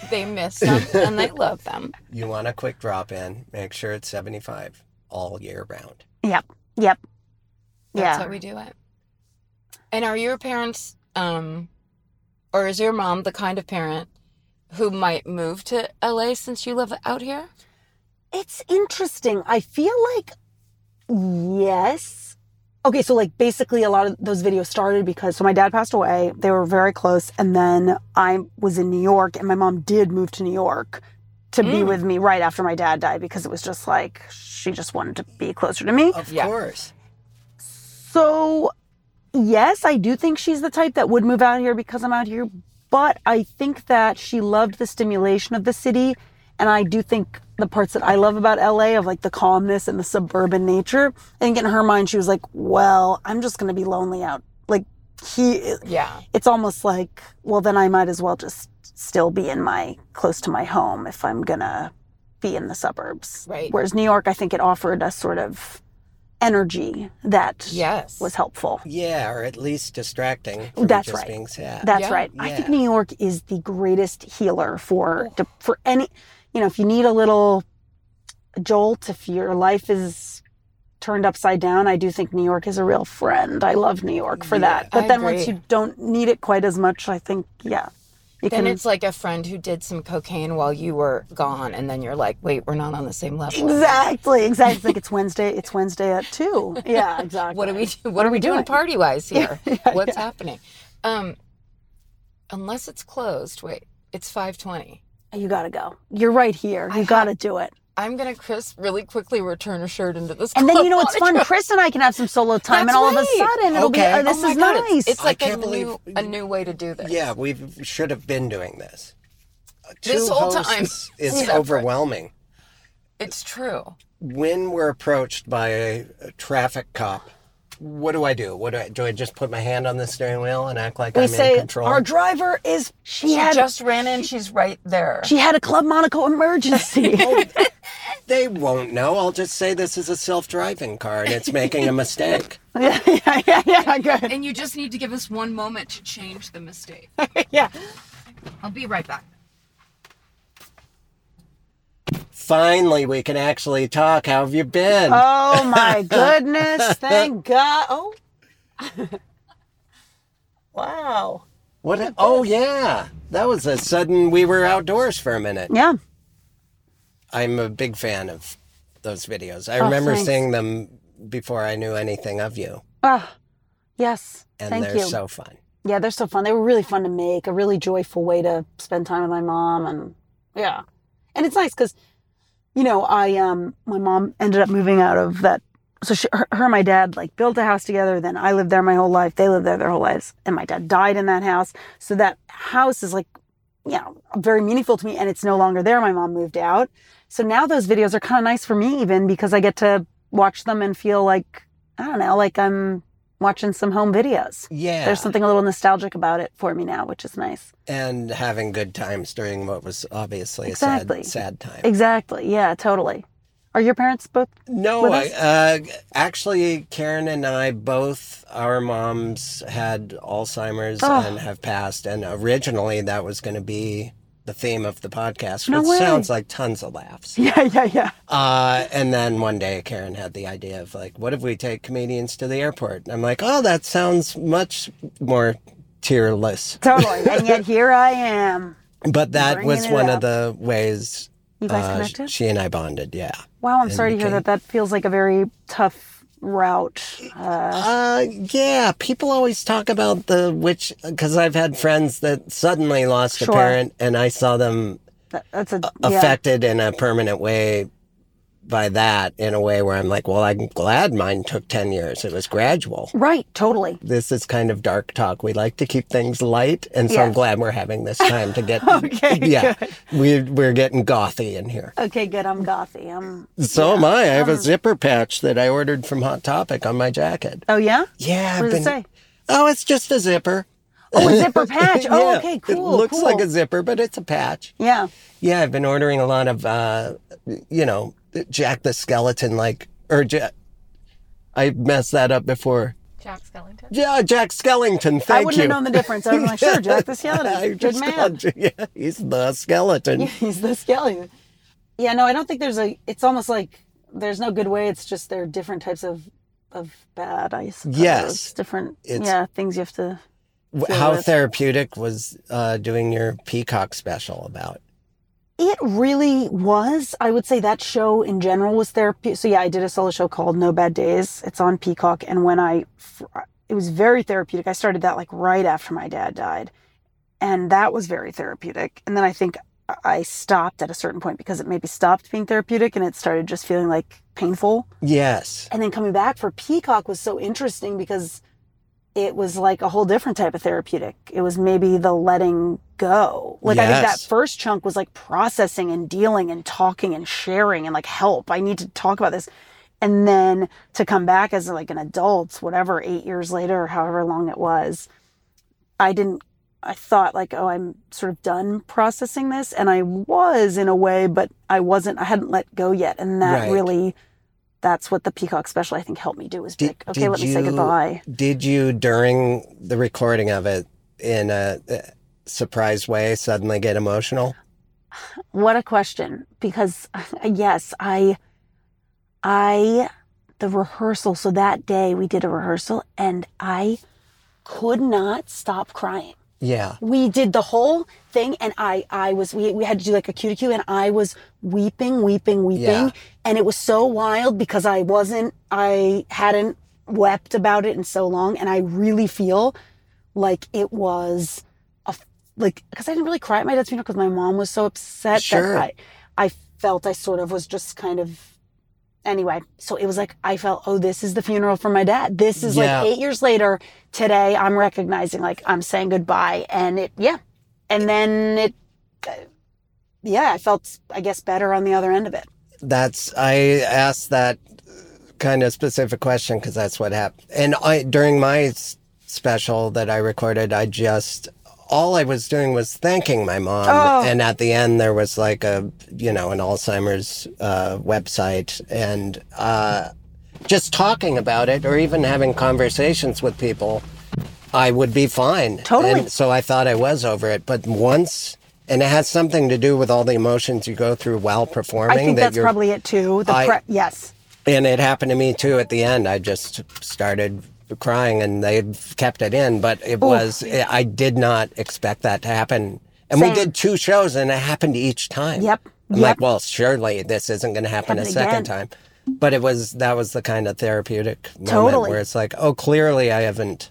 G: they miss them and they love them.
E: you want a quick drop in, make sure it's 75 all year round.
A: Yep. Yep.
G: That's
A: yeah.
G: how we do it. And are your parents, um, or is your mom the kind of parent who might move to LA since you live out here?
A: It's interesting. I feel like yes. Okay, so like basically a lot of those videos started because so my dad passed away. They were very close and then I was in New York and my mom did move to New York to be
G: Mm.
A: with me right after my dad died because it was just like she just wanted to be closer to me.
E: Of
G: Yeah.
E: course.
A: So, yes, I do think she's the type that would move out here because I'm out here, but I think that she loved the stimulation of the city. And I do think the parts that I love about LA of like the calmness and the suburban nature. I think in her mind, she was like, well, I'm just going to be lonely out. Like, he,
G: Yeah.
A: it's almost like, well, then I might as well just still be in my close to my home if I'm gonna be in the suburbs.
G: Right.
A: Whereas New York, I think it offered a sort of energy that
G: Yes.
A: was helpful.
E: Yeah, or at least distracting from
A: That's
E: just
A: right.
E: being sad.
A: That's
G: Yeah.
A: right. I think
E: Yeah.
A: New York is the greatest healer for
G: Oh.
A: de- for any, you know, if you need a little jolt, if your life is turned upside down, I do think New York is a real friend. I love New York for that. But
G: I
A: then once
G: agree.
A: you don't need it quite as much, I think yeah, you
G: Then
A: can
G: it's like a friend who did some cocaine while you were gone, and then you're like, wait, we're not on the same level.
A: Exactly, exactly. It's like it's Wednesday. It's Wednesday at two. Yeah, exactly.
G: *laughs* What are we? Do- what, are we doing, party wise here? What's happening? Um, unless it's closed. Wait, it's five twenty.
A: You gotta go. You're right here. You gotta do it.
G: I'm gonna, Chris, really quickly return a shirt into this.
A: And then
G: club
A: you know *laughs* what's
G: while I
A: fun? Chris and I can have some solo time,
G: That's
A: and all
G: right.
A: of a sudden it'll
E: Okay.
A: be. Oh, this
G: Oh my
A: is
G: God, it's-
A: nice.
G: It's,
E: I
G: like a
E: can't believe-
G: new a new way to do this.
E: Yeah, we should have been doing this. Uh,
G: This
E: two
G: whole time.
E: hosts is
G: *laughs* Separate.
E: overwhelming.
G: it's true.
E: When we're approached by a, a traffic cop, what do I do? What do I do? I just put my hand on the steering wheel and act like
A: we
E: I'm in
A: say
E: control.
A: our driver is. She
G: She
A: had
G: just ran in. She's right there.
A: she had a Club Monaco *laughs* emergency.
E: they won't know. I'll just say this is a self-driving car and it's making a mistake.
A: yeah, yeah, yeah, yeah. Good.
G: and you just need to give us one moment to change the mistake.
A: *laughs* Yeah.
G: I'll be right back.
E: Finally, we can actually talk. How have you been?
A: Oh *laughs* my goodness! *laughs* Thank God. Oh. wow.
E: what? a- oh yeah, that was a sudden. We were outdoors for a minute.
A: Yeah.
E: I'm a big fan of those videos. I remember
A: Oh, thanks.
E: seeing them before I knew anything of you,
A: Ah. Yes.
E: and
A: Thank
E: they're
A: you.
E: so fun.
A: Yeah, they're so fun. They were really fun to make. A really joyful way to spend time with my mom, and yeah, and it's nice because, you know, I um, my mom ended up moving out of that so she, her, her and my dad like built a house together. Then I lived there my whole life. They lived there their whole lives, and my dad died in that house. So that house is like, you know, very meaningful to me, and it's no longer there. My mom moved out, so now those videos are kind of nice for me even because I get to watch them and feel like I don't know, like I'm watching some home videos.
E: Yeah.
A: There's something a little nostalgic about it for me now, which is nice.
E: and having good times during what was obviously
A: Exactly.
E: a sad, sad time.
A: Exactly. Yeah. Totally. Are your parents both? *laughs*
E: No,
A: with
E: I,
A: us?
E: uh, actually, Karen and I both, our moms had Alzheimer's
A: Oh.
E: and have passed. And originally, that was going to be the theme of the podcast,
A: No
E: which
A: way.
E: sounds like tons of laughs.
A: Yeah. Yeah. Yeah.
E: Uh, and then one day, Karen had the idea of like, what if we take comedians to the airport? And I'm like, oh, that sounds much more tearless.
A: Totally. and yet here I am.
E: But that was
A: Bringing it
E: one
A: up.
E: of the ways
A: You guys
E: uh,
A: connected?
E: she and I bonded. Yeah.
A: wow. I'm sorry to hear
E: became-
A: that. That feels like a very tough route. Uh,
E: Uh, yeah. People always talk about the which because I've had friends that suddenly lost
A: Sure.
E: a parent, and I saw them
A: that, that's a yeah.
E: affected in a permanent way by that in a way where I'm like, well, I'm glad mine took ten years. It was gradual.
A: Right. Totally.
E: This is kind of dark talk. We like to keep things light, and so I'm
A: Yeah.
E: glad we're having this time to get.
A: *laughs* Okay,
E: *laughs* Yeah, we we're getting gothy in here.
A: Okay. Good. I'm gothy. I'm.
E: So am I. I have a
A: Uh-huh.
E: zipper patch that I ordered from Hot Topic on my jacket.
A: Oh yeah.
E: Yeah.
A: What
E: I've
A: does it
E: been-
A: say?
E: Oh, it's just a zipper. *laughs*
A: Oh, a zipper patch. Oh,
E: Yeah,
A: okay. Cool.
E: It looks
A: cool.
E: like a zipper, but it's a patch.
A: Yeah.
E: Yeah, I've been ordering a lot of, uh, you know, Jack the Skeleton, like, or Jack. I messed that up before.
F: Jack Skellington.
E: Yeah, Jack Skellington. Thank
A: I wouldn't
E: you.
A: have known the difference. I was like, sure,
E: *laughs*
A: Jack the
E: I
A: Skeleton. Good
E: just
A: man.
E: called you- yeah, he's the
A: *laughs*
E: skeleton.
A: He's the scallion. Yeah, no, I don't think there's a. It's almost like there's no good way. It's just there are different types of of bad. I suppose.
E: Yes.
A: different.
E: It's-
A: yeah, things you have to.
E: W How therapeutic was uh, doing your Peacock special about?
A: It really was. I would say that show in general was therapy. So yeah, I did a solo show called No Bad Days. It's on Peacock, and when I, fr- it was very therapeutic. I started that like right after my dad died, and that was very therapeutic. And then I think I stopped at a certain point because it maybe stopped being therapeutic, and it started just feeling like painful.
E: Yes.
A: And then coming back for Peacock was so interesting because it was like a whole different type of therapeutic. It was maybe the letting go. Like I think that
E: Yes.
A: first chunk was like processing and dealing and talking and sharing and like help. I need to talk about this. And then to come back as like an adult, whatever, eight years later or however long it was, I didn't I thought like, oh, I'm sort of done processing this. And I was in a way, but I wasn't I hadn't let go yet. And that
E: Right.
A: really that's what the Peacock special I think helped me do was be
E: Did-
A: like, okay,
E: did
A: let me say
E: you-
A: goodbye.
E: Did you, during the recording of it, in a uh, surprise way, suddenly get emotional?
A: What a question! Because *laughs* yes, I, I, the rehearsal. So that day we did a rehearsal, and I could not stop crying.
E: Yeah.
A: we did the whole thing and i i was we, we had to do like a q to q and i was weeping weeping weeping
E: Yeah.
A: and it was so wild because i wasn't i hadn't wept about it in so long and i really feel like it was a f- like because i didn't really cry at my dad's funeral because my mom was so upset
E: Sure.
A: that i i felt i sort of was just kind of anyway so it was like i felt oh this is the funeral for my dad this is
E: Yeah.
A: like eight years later today i'm recognizing like i'm saying goodbye and it yeah and then it uh, yeah i felt i guess better on the other end of it
E: That's I asked that kind of specific question because that's what happened. And I during my s- special that I recorded, I just all I was doing was thanking my mom,
A: Oh.
E: and at the end there was like a you know an Alzheimer's uh, website and uh, just talking about it or even having conversations with people. I would be fine.
A: Totally.
E: And so I thought I was over it, but once, and it has something to do with all the emotions you go through while performing.
A: i think
E: that
A: that's
E: you're,
A: probably it too the
E: I-
A: pre- yes
E: And it happened to me too. At the end, I just started crying, and they kept it in. But it was eh, I did not expect that to happen. And we
A: Same.
E: did two shows, and it happened each time.
A: Yep.
E: I'm
A: Yep.
E: like, well, surely this isn't going to happen a
A: Happened
E: second time.
A: again.
E: But it was that was the kind of therapeutic moment
A: Totally.
E: where it's like, oh, clearly I haven't.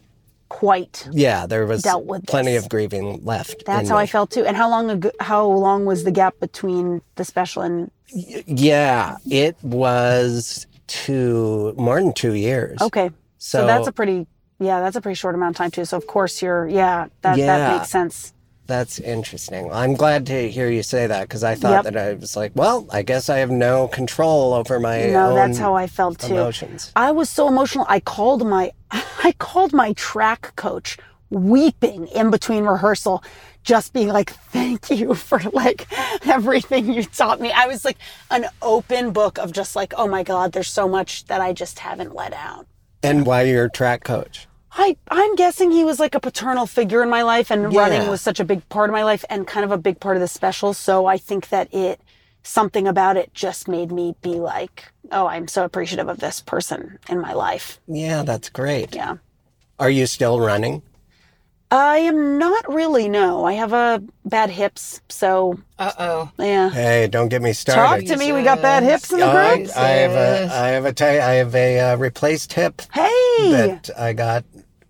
A: quite
E: Yeah, there was
A: Dealt with
E: plenty
A: this.
E: of grieving left.
A: that's
E: in
A: how
E: me.
A: i felt too and how long ago how long was the gap between the special and
E: Yeah, it was two, more than two years.
A: Okay. So, that's a pretty yeah, that's a pretty short amount of time too. So of course you're yeah, that that
E: Yeah.
A: makes sense.
E: That's interesting. I'm glad to hear you say that because I thought
A: Yep.
E: that I was like, well, I guess I have no control over my
A: No,
E: own
A: that's how I felt too.
E: emotions.
A: I was so emotional. I called my *laughs* I called my track coach weeping in between rehearsal just being like thank you for like everything you taught me. I was like an open book of just like oh my god, there's so much that I just haven't let out.
E: And why you're a track coach?
A: I, I'm guessing he was like a paternal figure in my life, and running
E: Yeah.
A: was such a big part of my life and kind of a big part of the special. So I think that it, something about it just made me be like, oh, I'm so appreciative of this person in my life.
E: Yeah, that's great.
A: Yeah.
E: Are you still running?
A: I am not really, no. I have a bad hips. So,
G: Uh oh.
A: yeah.
E: Hey, don't get me
A: Talk
E: started.
A: to me. We got bad hips in the
E: I,
A: group.
E: I have a I have a t- I have a uh, replaced hip
A: Hey.
E: that I got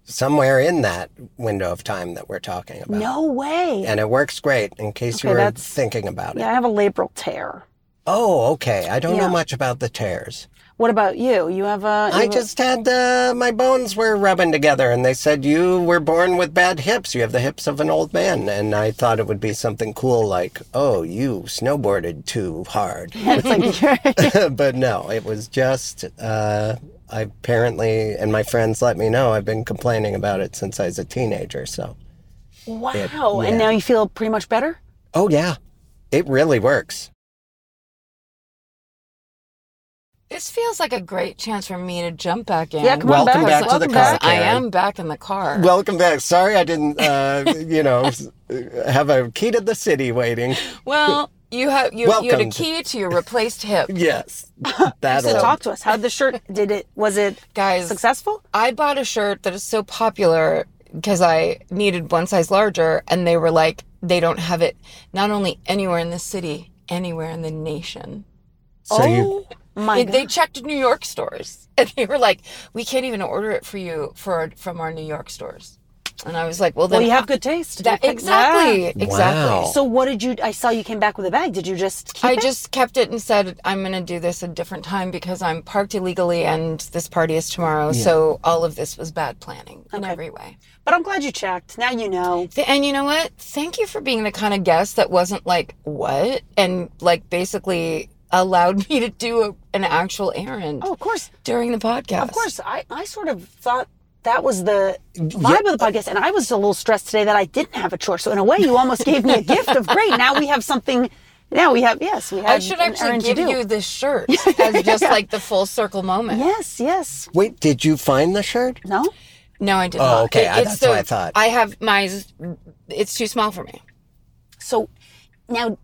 E: somewhere in that window of time that we're talking about.
A: No way.
E: And it works great in case
A: Okay,
E: you were
A: that's-
E: thinking about it.
A: Yeah, I have a labral tear.
E: Oh, okay. I don't
A: Yeah.
E: know much about the tears.
A: What about you? You have a.
E: I
A: you-
E: just had uh, my bones were rubbing together, and they said you were born with bad hips. You have the hips of an old man, and I thought it would be something cool like, "Oh, you snowboarded too
A: *laughs*
E: hard,"
A: It's
E: *laughs*
A: like you're-
E: but no, it was just uh, I apparently, and my friends let me know I've been complaining about it since I was a teenager. So,
A: wow.
E: yeah.
A: And now you feel pretty much better?
E: oh yeah, it really works.
G: This feels like a great chance for me to jump back in.
A: Yeah, come on
E: Welcome
A: back.
E: back to the
A: Welcome
E: car.
A: back.
G: I
E: Karen.
G: am back in the car.
E: Welcome back. Sorry, I didn't, uh, you know, *laughs* s- have a key to the city waiting.
G: Well, you have you, you had a
E: Welcome.
G: key to your replaced hip.
A: *laughs*
E: Yes, that
A: So
E: old.
A: talk to us. How the shirt did it? Was it
G: Guys,
A: successful?
G: I bought a shirt that is so popular because I needed one size larger, and they were like, they don't have it not only anywhere in the city, anywhere in the nation.
E: So you,
A: Oh My
G: They,
A: God.
G: they checked New York stores, *laughs* and they were like, we can't even order it for you for from our New York stores. And I was like, well, then
A: well, you have good taste.
G: that,
A: You picked
G: exactly,
A: that.
G: exactly.
E: Wow.
A: So what did you? I saw you came back with a bag. Did you just? Keep
G: I
A: it?
G: just kept it and said, I'm going to do this a different time because I'm parked illegally and this party is tomorrow. So all of this was bad planning in every way.
A: But I'm glad you checked. Now you know.
G: Th- And you know what? Thank you for being the kind of guest that wasn't like, what? And like basically allowed *laughs* me to do a, an actual errand
A: Oh, of course,
G: during the podcast.
A: of course. I I sort of thought that was the vibe of the podcast, and I was a little stressed today that I didn't have a chore. So in a way, you almost gave
G: *laughs*
A: me a gift of great. Now we have something. Now we have yes, we have.
G: I should actually give you this
A: *laughs*
G: shirt as just like the full circle moment.
A: Yes, yes.
E: wait, did you find the shirt?
A: No.
G: No, I did
E: Oh,
G: not.
E: okay. I-
G: it's
E: that's what I thought.
G: I have my, it's too small for me.
A: So now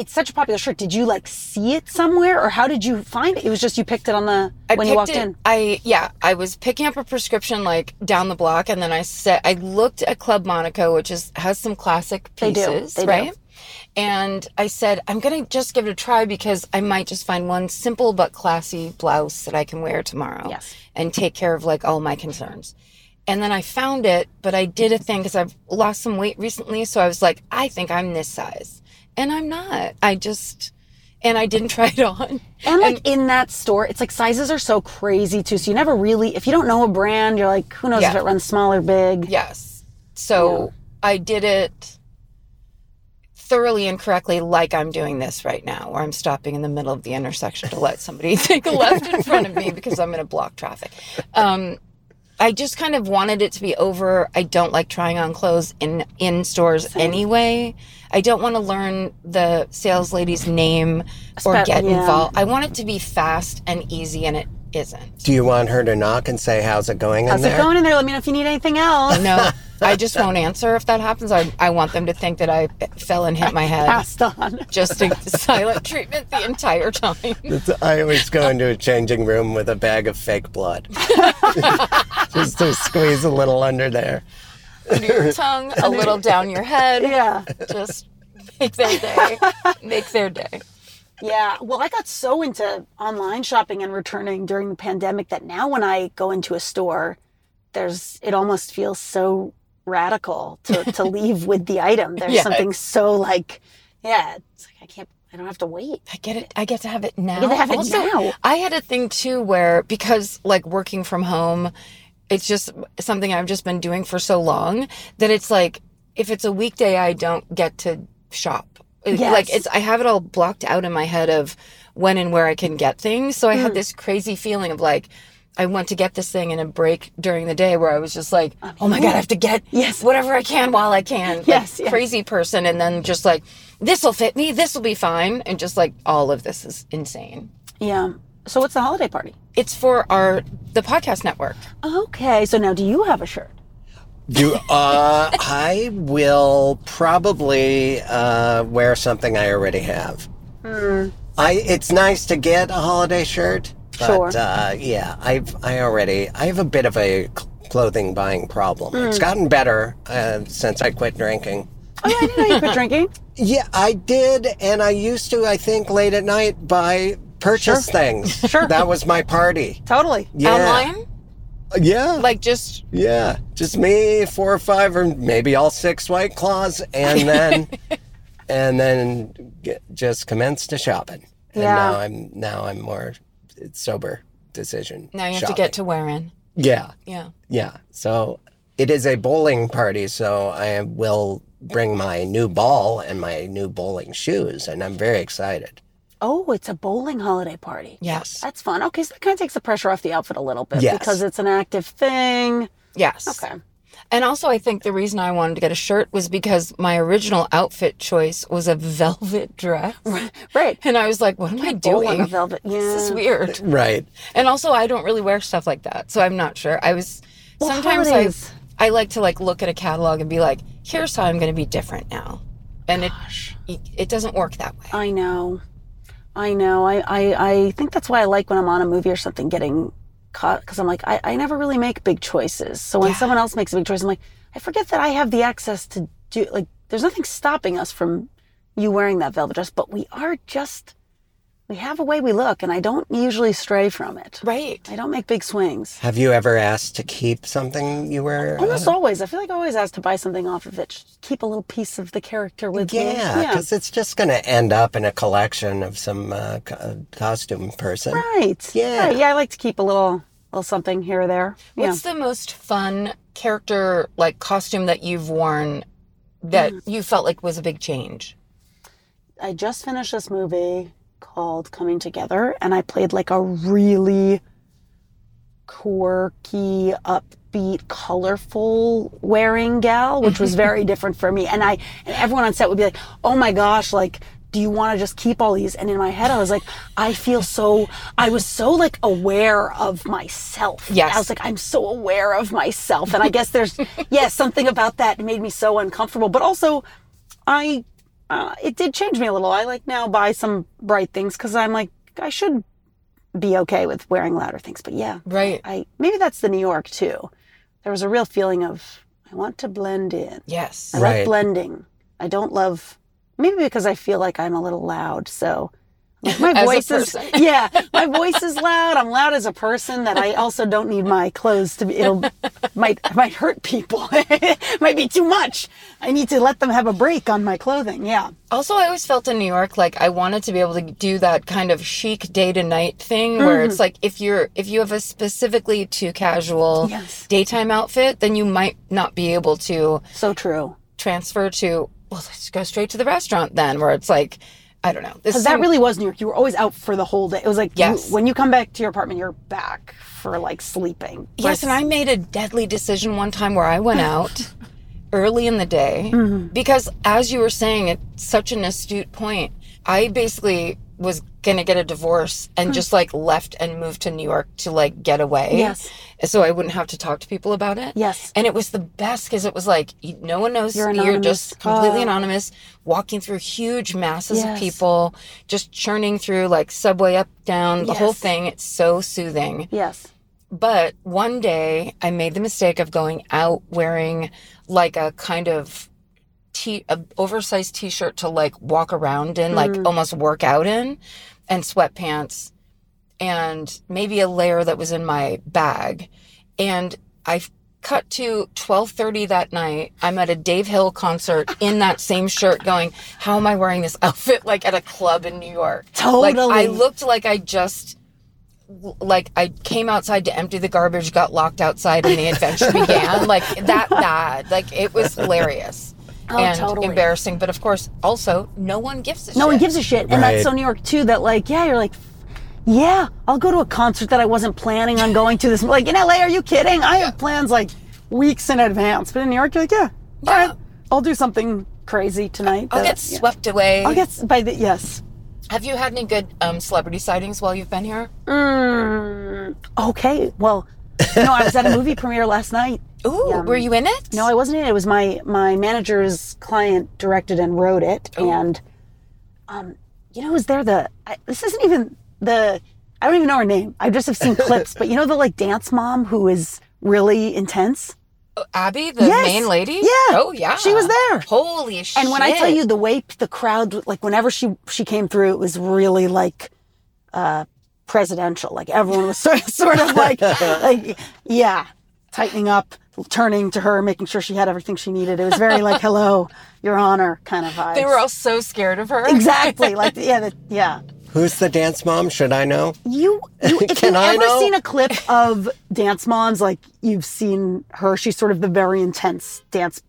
A: it's such a popular shirt. Did you like see it somewhere or how did you find it? It was just you picked it on the when you
G: picked
A: walked
G: it-
A: in.
G: I yeah, I was picking up a prescription like down the block, and then I said I looked at Club Monaco, which is has some classic
A: They do.
G: pieces,
A: They do.
G: right? And I said I'm gonna just give it a try because I might just find one simple but classy blouse that I can wear tomorrow,
A: Yes.
G: and take care of like all my concerns. And then I found it, but I did a thing because I've lost some weight recently, so I was like, I think I'm this size, and I'm not. I just and I didn't *laughs* try it on.
A: And like in that store, it's like sizes are so crazy too. So you never really if you don't know a brand, you're like, who knows if
G: Yeah.
A: it runs small or big.
G: Yes. So I did it thoroughly and correctly, like I'm doing this right now, where I'm stopping in the middle of the intersection to let somebody *laughs* take a left in front of me because I'm going to block traffic. Um, I just kind of wanted it to be over. I don't like trying on clothes in in stores anyway. I don't want to learn the sales lady's name or
A: Spe-
G: get
A: yeah.
G: involved. I want it to be fast and easy, and it isn't.
E: Do you want her to knock and say, "How's it going
A: How's
E: in
A: it
E: there?"
A: going in there? Let me know if you need anything else.
G: No, I just won't answer if that happens. I, I want them to think that I fell and hit my head.
A: Passed on.
G: Just a silent treatment the entire time.
E: It's- I always go into a changing room with a bag of fake
A: *laughs*
E: blood, *laughs* just to squeeze a little under there.
G: Under your tongue, a little down your head.
A: Yeah.
G: Just make
F: *laughs*
G: their day. Make their day.
A: Yeah. Well, I got so into online shopping and returning during the pandemic that now when I go into a store, there's it almost feels so *laughs* radical to, to leave with the item. There's
G: Yeah.
A: something so like, yeah, it's like I can't. I don't have to wait.
F: I get it. I get to have it now. I
A: get to have it now.
F: I had a thing too where because like working from home, it's just something I've just been doing for so long that it's like if it's a weekday, I don't get to shop. It- Like
A: Yes.
F: it's I have it all blocked out in my head of when and where I can get things. So I
A: Mm.
F: had this crazy feeling of like. I want to get this thing in a break during the day where I was just like, oh my God, I have to get
A: Uh, Yes.
F: whatever I can while I can. Like,
A: Yes, yes.
F: Crazy person. And then just like, this will fit me. This will be fine. And just like, all of this is insane.
A: Yeah. So what's the holiday party?
F: It's for our, the podcast network.
A: Okay. So now, do you have a shirt?
E: Do uh, I will probably uh, wear something I already have.
A: Hmm.
E: I it's nice to get a holiday shirt, but
A: Sure.
E: uh, yeah, I've I already I have a bit of a cl- clothing buying problem.
A: Hmm.
E: It's gotten better uh, since I quit drinking.
A: Oh, yeah, I didn't *laughs* know you quit drinking.
E: Yeah, I did, and I used to. I think late at night buy purchase things.
A: Sure.
E: that was my party.
A: Totally.
E: Yeah,
F: Online?
E: yeah,
F: Like, just,
E: yeah, just me, four or five, or maybe all six white claws,
F: *laughs*
E: and then, and then get, just commence to shopping. And
A: Yeah.
E: now I'm now I'm more it's sober decision.
F: now you have
E: shopping.
F: to get to wearing.
E: yeah,
F: Yeah.
E: yeah. So it is a bowling party, so I will bring my new ball and my new bowling shoes, and I'm very excited.
A: Oh, it's a bowling holiday party.
F: Yes.
A: That's fun. Okay, so that kind of takes the pressure off the outfit a little bit
E: Yes.
A: because it's an active thing.
F: Yes.
A: Okay.
F: And also, I think the reason I wanted to get a shirt was because my original outfit choice was a *laughs* velvet dress.
A: Right.
F: And I was like, what am I
A: Bowling a *laughs*
F: doing?
A: velvet. Yeah.
F: This is weird.
E: Right.
F: And also, I don't really wear stuff like that, so I'm not sure. I was sometimes I,
A: holidays.
F: I like to like look at a catalog and be like, here's how I'm going to be different now, and it it doesn't work that way.
A: I know. I know. I, I, I think that's why I like when I'm on a movie or something getting caught because I'm like, I, I never really make big choices. So when someone else makes a big choice, I'm like, I forget that I have the access to do, like, there's nothing stopping us from you wearing that velvet dress, but we are just, we have a way we look, and I don't usually stray from it.
F: Right?
A: I don't make big swings.
E: Have you ever asked to keep something you wear?
A: Almost always. I feel like I always ask to buy something off of it. Just keep a little piece of the character with me.
E: Yeah, because it's just going to end up in a collection of some uh, co- uh, costume person.
A: Right.
E: Yeah.
A: Right. Yeah, I like to keep a little little something here or there. Yeah.
F: What's the most fun character like costume that you've worn that
A: Mm-hmm.
F: you felt like was a big change?
A: I just finished this movie called Coming Together and I played like a really quirky, upbeat, colorful wearing gal, which was very different for me. And I and everyone on set would be like, "Oh my gosh, like do you want to just keep all these?" And in my head, I was like, "I feel so I was so like aware of myself."
F: Yes.
A: I was like, "I'm so aware of myself." And I guess there's yes, something about that made me so uncomfortable, but also I uh, it did change me a little. I like now buy some bright things cuz I'm like I should be okay with wearing louder things. But yeah,
F: Right.
A: I maybe that's the New York too. There was a real feeling of I want to blend in.
F: Yes.
A: I
E: Right.
A: like blending. I don't love maybe because I feel like I'm a little loud. So like,
F: *laughs* As a
A: my voice is
F: person.
A: *laughs* yeah, my voice is loud. I'm loud as a person that I also don't need my clothes to be. It'll might might hurt people. *laughs* might be too much. I need to let them have a break on my clothing. Yeah.
F: Also, I always felt in New York like I wanted to be able to do that kind of chic day to night thing where
A: Mm-hmm.
F: it's like if you're if you have a specifically too casual
A: Yes.
F: daytime outfit, then you might not be able to
A: So true.
F: transfer to well, let's go straight to the restaurant then, where it's like I don't know. This
A: Because that really was New York. You were always out for the whole day. It was like you-
F: Yes.
A: when you come back to your apartment, you're back for like sleeping.
F: yes, and I made a deadly decision one time where I
A: *laughs*
F: went out early in the day
A: Mm-hmm.
F: because, as you were saying, it's such an astute point. I basically was gonna get a divorce
A: Hmm.
F: and just like left and moved to New York to like get away.
A: Yes.
F: so I wouldn't have to talk to people about it.
A: Yes.
F: and it was the best because it was like you- no one knows. You're, just
A: anonymous.
F: completely
A: Oh.
F: anonymous, walking through huge masses of
A: Yes.
F: people, just churning through like subway up down the whole
A: Yes.
F: thing. It's so soothing.
A: Yes.
F: But one day I made the mistake of going out wearing like a kind of t a oversized t-shirt to like walk around in, like almost work out in and sweatpants and maybe a layer that was in my bag. And I f- cut to 12:30 that night. I'm at a Dave Hill concert in that same shirt going, "How am I wearing this outfit *laughs* like at a club in New York?" Like I
A: Totally.
F: looked like I just like I came outside to empty the garbage, got locked outside and the adventure
A: *laughs*
F: began. Like that bad. Like it was hilarious.
A: Oh,
F: and
A: totally.
F: embarrassing, but of course, also no one gives a
A: No
F: shit.
A: one gives a shit. And
E: Right.
A: that's so New York too. That like, yeah, you're like, yeah, I'll go to a concert that I wasn't planning on going to. This like in LA, are you kidding? I have plans like weeks in advance, but in New York, you're like, yeah, all right, I'll do something crazy tonight.
F: I'll
A: that-
F: get
A: yeah.
F: swept away.
A: I'll get s- by the yes.
F: Have you had any good um, celebrity sightings while you've been here?
A: Mm, okay, well, no, I was at a movie *laughs* premiere last night.
F: Ooh, were you in it?
A: No, I wasn't in it. It was my my manager's client directed and wrote it, and um, you know, who's there? The I, this isn't even the I don't even know her name. I just have seen clips, but you know the like dance mom who is really intense.
F: Abby, the
A: Yes.
F: main lady?
A: Yeah.
F: Oh, yeah.
A: She was
G: Ah.
A: there.
F: Holy shit.
A: And when I tell you the way the crowd, like whenever she she came through, it was really like uh, presidential. Like everyone was *laughs* sort of, sort of like like yeah, tightening up, turning to her, making sure she had everything she needed. It was very like hello, your honor kind of vibe.
F: They were all *laughs* so scared of her.
A: exactly like yeah the, yeah.
E: Who's the dance mom? Should I
A: *laughs*
E: know?
A: You, you if
E: Can
A: you've
E: I
A: ever
E: know?
A: seen a clip of dance moms, like you've seen her, she's sort of the very intense dance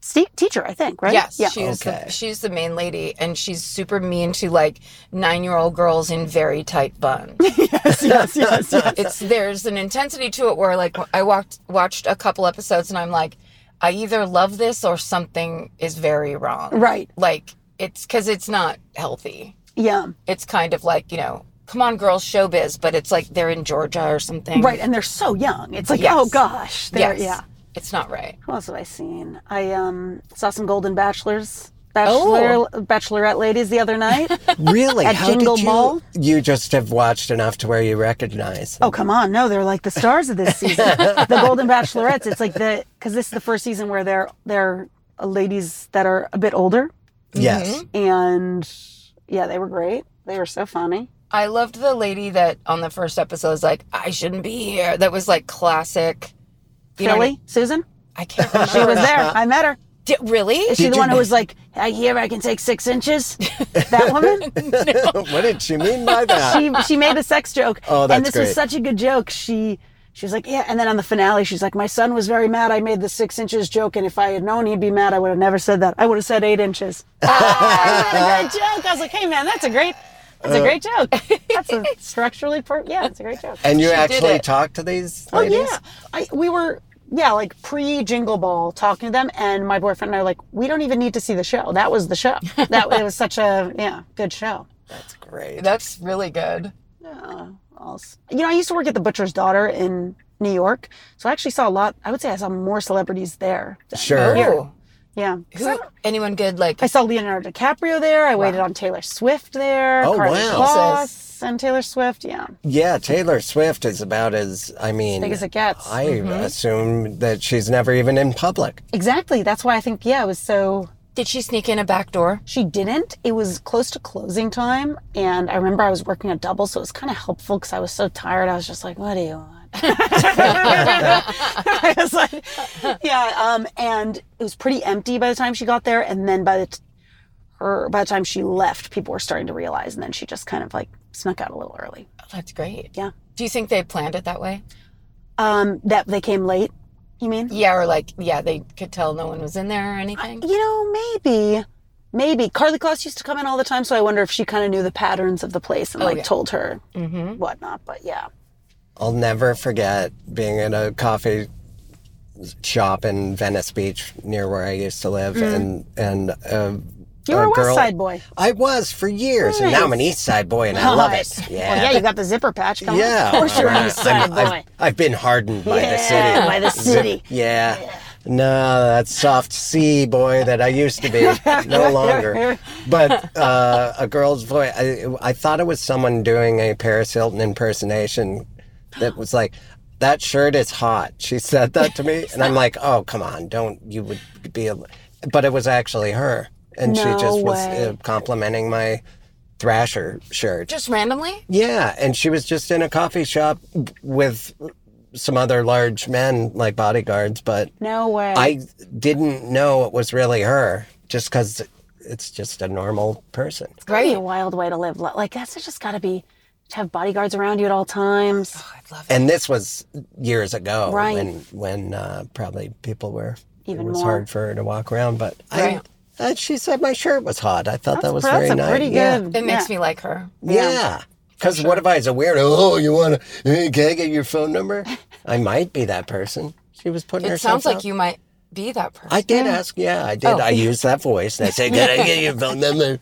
A: ste- teacher, I think, right?
F: Yes,
A: Yeah.
F: she's
E: Okay.
F: the, she's the main lady, and she's super mean to like nine year old girls in very tight buns.
A: *laughs* yes, yes, yes, yes.
F: it's there's an intensity to it where like I walked watched a couple episodes, and I'm like, I either love this or something is very wrong.
A: Right.
F: Like it's because it's not healthy.
A: Yeah.
F: It's kind of like you know, come on, girls, showbiz, but it's like they're in Georgia or something.
A: Right, and they're so young. It's like,
F: Yes.
A: oh gosh, they're,
F: Yes.
A: yeah.
F: It's not right.
A: What else have I seen? I um saw some Golden Bachelors,
F: Oh.
A: Bachelor, Bachelorette ladies the
F: *laughs*
A: other night.
E: Really?
A: At
E: How
A: Jingle
E: did you?
A: Mall?
E: You just have watched enough to where you recognize.
A: oh come on, no, they're like the stars of
F: *laughs*
A: this season. the Golden Bachelorettes. It's like the because this is the first season where they're they're uh, ladies that are a bit older, *laughs*
E: Yes. *laughs*
A: and yeah, they were great. They were so funny.
F: I loved the lady that on the first episode was like, I shouldn't be here. That was like classic. You know
A: Philly,
F: what
A: Susan,
F: I can't
A: *laughs*
F: remember.
A: she was there. I met her.
F: Di- really?
A: Is she the one who was like, I hear I can take
F: *laughs*
A: six inches? that woman?
E: what did she mean by that?
A: *laughs* she she made a sex joke.
E: Oh, that's
A: And this was
E: great.
A: such a good joke. She she was like, yeah. And then on the finale, she's like, my son was very mad. I made the six inches joke, and if I had known he'd be mad, I would have never said that. I would have said eight *laughs* inches. Ah, that's a good joke. I was like, hey man, that's a great. That's a great joke. *laughs* That's a structurally per- yeah, it's a great joke.
E: and you
F: did
E: actually
F: it.
E: talked to these
A: Oh
E: ladies?
A: yeah, I, we were yeah like pre Jingle Ball talking to them, and my boyfriend and I were like, we don't even need to see the show. That was the show. That it was such a yeah good show.
E: That's great.
F: That's really good.
A: else. You know, I used to work at the Butcher's Daughter in New York, so I actually saw a lot. I would say I saw more celebrities there. than
E: Sure.
A: here.
F: Oh.
A: Yeah.
F: Who, anyone good? Like,
A: I saw Leonardo DiCaprio there. I waited on Taylor Swift there.
E: Oh,
A: Carly
E: wow.
A: Kloss and Taylor Swift. Yeah.
E: Yeah, Taylor Swift is about as I mean,
A: Big as Mm-hmm. it gets.
E: I assume that she's never even in public.
A: Exactly. That's why I think yeah, it was so.
F: did she sneak in a back door?
A: She didn't. It was close to closing time, and I remember I was working a double, so it was kind of helpful because I was so tired. I was just like, "What do you want?" *laughs* I was like, "Yeah." Um, and it was pretty empty by the time she got there, and then by the t- her by the time she left, people were starting to realize, and then she just kind of like snuck out a little early.
F: Oh, that's great.
A: Yeah.
F: Do you think they planned it that way?
A: Um, that they came late. You mean?
F: Yeah, or like, yeah, they could tell no one was in there or anything.
A: You know, maybe, maybe Carly Kloss used to come in all the time, so I wonder if she kind of knew the patterns of the place and like
F: yeah.
A: told her
F: Mm-hmm.
A: whatnot. But yeah,
E: I'll never forget being in a coffee shop in Venice Beach near where I used to live, and and uh,
A: Mm. you were a West
E: girl-
A: Side boy.
E: I was for years, and now I'm an East Side boy, and I love it.
A: Nice.
E: Yeah.
A: *laughs* Well, Oh, yeah, you got the zipper patch. Come
E: Yeah,
A: on. of course you're
E: I'm-
A: an East Side
E: I'm- I've-
A: boy.
E: I've, been hardened by the
A: Yeah,
E: city.
A: by the city.
E: Yeah. No, that soft sea boy that I used to be, no longer. But uh, a girl's voice, I, I thought it was someone doing a Paris Hilton impersonation that was like, that shirt is hot. She said that to me. And I'm like, oh, come on, don't, you would be, a, but it was actually her. And she
A: No
E: just was
A: way.
E: uh, complimenting my Thrasher shirt.
F: Just randomly?
E: Yeah, and she was just in a coffee shop with some other large men like bodyguards, but
A: No way.
E: I didn't know it was really her just because it's just a normal person.
A: That'd be
F: Right.
A: a wild way to live. li- Like that's just got to be to have bodyguards around you at all times.
E: And this was years ago
A: Right.
E: when when uh, probably people were
A: Even
E: it was
A: more.
E: hard for her to walk around, but
F: Right.
E: I, uh, she said my shirt was hot. I thought that was
A: that's
E: very
A: a
E: nice.
A: pretty
E: Yeah.
A: good.
F: It makes me like her.
E: Yeah. Because what if I was a weirdo? Oh, you want to? Can I get your phone number? I might be that person. She was putting
F: It
E: herself
F: sounds like
E: out.
F: you Oh. might be that person.
E: I did ask. Yeah, I did. I used that voice. And I said, "Can I
F: *laughs*
E: get your phone number?"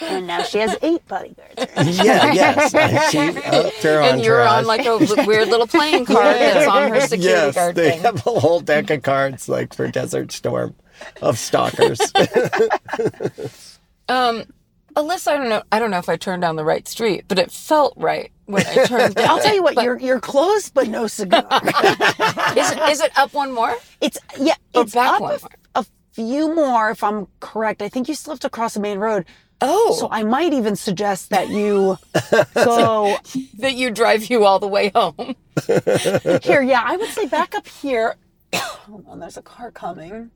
A: And now she has eight bodyguards.
E: yeah, yes.
F: *laughs*
E: And she upped her
F: and you're on like
E: entourage.
F: a
A: *laughs*
F: li- weird little playing card that's on
E: *laughs*
F: her security
E: yes,
F: guard
E: they
F: thing.
E: have a whole deck of cards like for Desert Storm of stalkers. *laughs*
F: Um, Alyssa, I don't know. I don't know if I turned down the right street, but it felt right when I turned. down.
A: *laughs* I'll tell you what, you're you're close, but no cigar.
F: Is it, is it up one more?
A: *laughs* it's yeah,
F: Or
A: it's
F: back
A: up
F: one
A: a,
F: more.
A: a few more, if I'm correct. I think you still have to cross the main road.
F: Oh,
A: So I might even suggest that you go
F: that you drive you all the way home. *laughs*
A: here. Yeah, I would say back up here. *coughs* Hold on, there's a car coming.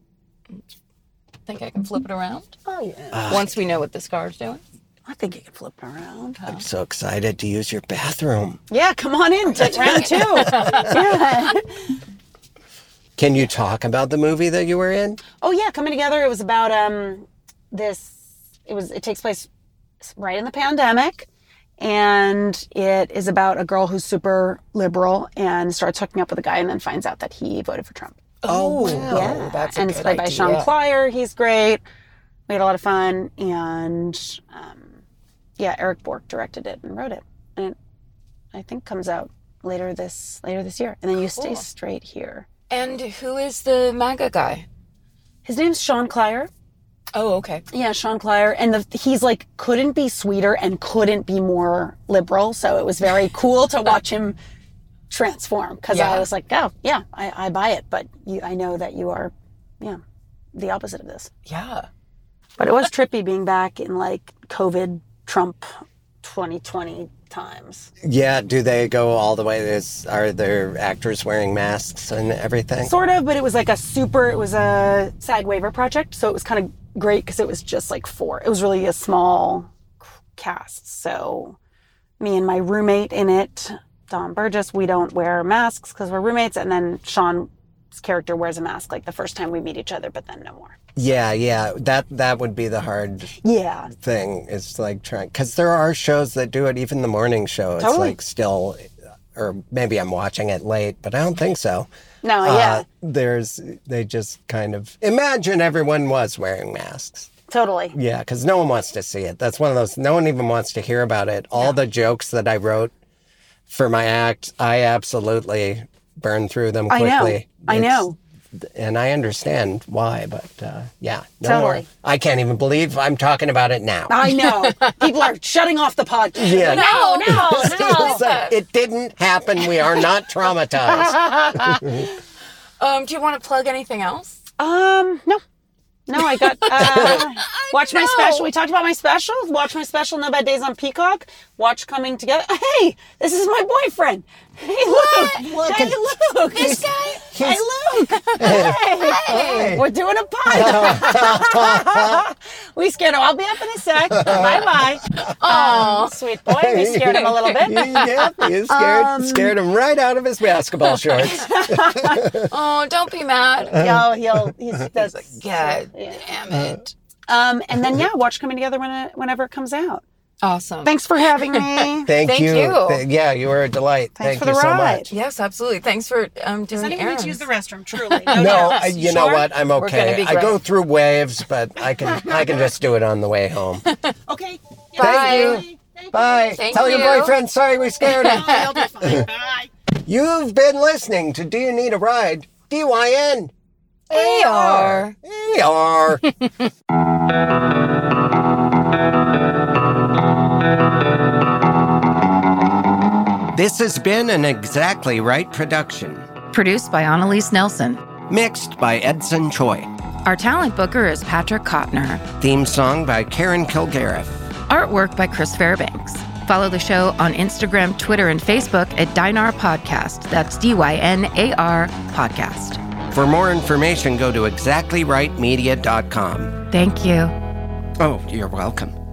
F: Think I can flip it around
A: Oh yeah,
E: Ah.
F: once we know what this car's doing.
A: I think you can flip it around.
E: I'm so excited to use your bathroom.
A: Yeah, come on in to round two. yeah.
E: Can you talk about the movie that you were in?
A: Oh yeah, coming together. It was about um this. It was. It takes place right in the pandemic, and it is about a girl who's super liberal and starts hooking up with a guy, and then finds out that he voted for Trump.
E: Oh, wow.
A: yeah,
F: that's a
A: and it's
F: good
A: played by
F: idea.
A: Sean Plyer. He's great. We had a lot of fun, and um, yeah, Eric Bork directed it and wrote it, and it, I think comes out later this later this year. And then you stay straight here.
F: And who is the MAGA guy?
A: His name's Sean Plyer.
F: Oh, okay.
A: Yeah, Sean Plyer, and the, he's like couldn't be sweeter and couldn't be more liberal. So it was
F: *laughs*
A: very cool to watch him transform because I
F: Yeah.
A: was like, oh yeah, I, I buy it, but you, I know that you are, yeah, the opposite of this.
F: Yeah.
A: But it was trippy being back in like COVID Trump 2020 times.
E: Yeah, do they go all the way? There's, are there actors wearing masks and everything?
A: Sort of, but it was like a super. It was a SAG waiver project, so it was kind of great because it was just like four. It was really a small cast. So me and my roommate in it, Don Burgess, we don't wear masks because we're roommates, and then Sean's character wears a mask like the first time we meet each other, but then no more.
E: yeah, yeah. That that would be the hard
A: Yeah,
E: thing. It's like trying because there are shows that do it. Even the morning show, it's
A: Totally.
E: like still, or maybe I'm watching it late, but I don't think so.
A: no,
E: Uh,
A: yeah,
E: there's they just kind of imagine everyone was wearing masks.
A: totally.
E: Yeah, because no one wants to see it. That's one of those. No one even wants to hear about it. All the jokes that I wrote for my act, I absolutely burned through them
A: I
E: quickly.
A: know. I
E: It's-
A: know.
E: and I understand why, but uh, yeah, no
A: Totally.
E: more. I can't even believe I'm talking about it now.
A: I
E: *laughs*
A: know. People are shutting off the podcast.
E: Yeah.
A: No, no, Oh,
F: *laughs*
A: no.
E: It's like, it didn't happen. We are *laughs* not traumatized.
F: Um, do you want to plug anything else?
A: Um, no. No, I *laughs* got uh, watch my special. We talked about my special. Watch my special No Bad Days on Peacock. Watch Coming Together. *laughs* Hey, this is my boyfriend. Hey Luke. Hey Luke. This guy. Hey Luke. Hey. We're doing a pod. *laughs* we scared him. I'll be up in a sec. Bye bye. Oh, sweet boy. We scared him a little bit. *laughs*
E: yeah, you scared scared him right out of his basketball *laughs* shorts.
F: Oh, don't be mad.
A: He'll he'll he's that's
F: God
A: Yeah.
F: damn it.
A: Um, and
E: *laughs*
A: then yeah, watch Coming Together when it, whenever it comes out.
F: Awesome.
A: Thanks for having
E: *laughs*
A: me.
E: Thank,
F: Thank
E: you.
F: you.
E: Th- yeah, you were a delight. Thank
A: Thanks for
E: you
A: the
E: so
A: ride.
E: much.
F: Yes, absolutely. Thanks for um, doing
A: Does anyone need
F: errands.
A: to use the restroom? Truly, no,
E: *laughs*
F: Oh,
E: No,
A: doubt.
E: I, you know
A: Sure?
E: what? I'm
F: gonna
E: okay.
F: be
E: I go
F: great.
E: through waves, but
F: *laughs*
E: I can I can just do it on the way home.
A: Okay. Yeah,
F: Bye.
A: Thank you. Thank you.
E: Bye.
F: Thank
E: Tell your
F: you.
E: boyfriend sorry we scared him.
F: *laughs*
E: *laughs*
A: I'll be fine. Bye.
E: You've been listening to Do You Need a Ride? DYN.
F: AR. *laughs*
E: AR. this has been an Exactly Right production,
F: Produced by Annalise Nelson.
E: mixed by Edson Choi.
F: Our talent booker is Patrick Kottner.
E: Theme song by Karen Kilgariff.
F: Artwork by Chris Fairbanks. Follow the show on Instagram, Twitter, and Facebook at Dynar Podcast. That's D Y N A R Podcast.
E: For more information, go to exactlyrightmedia.com.
F: Thank you.
E: Oh, you're welcome.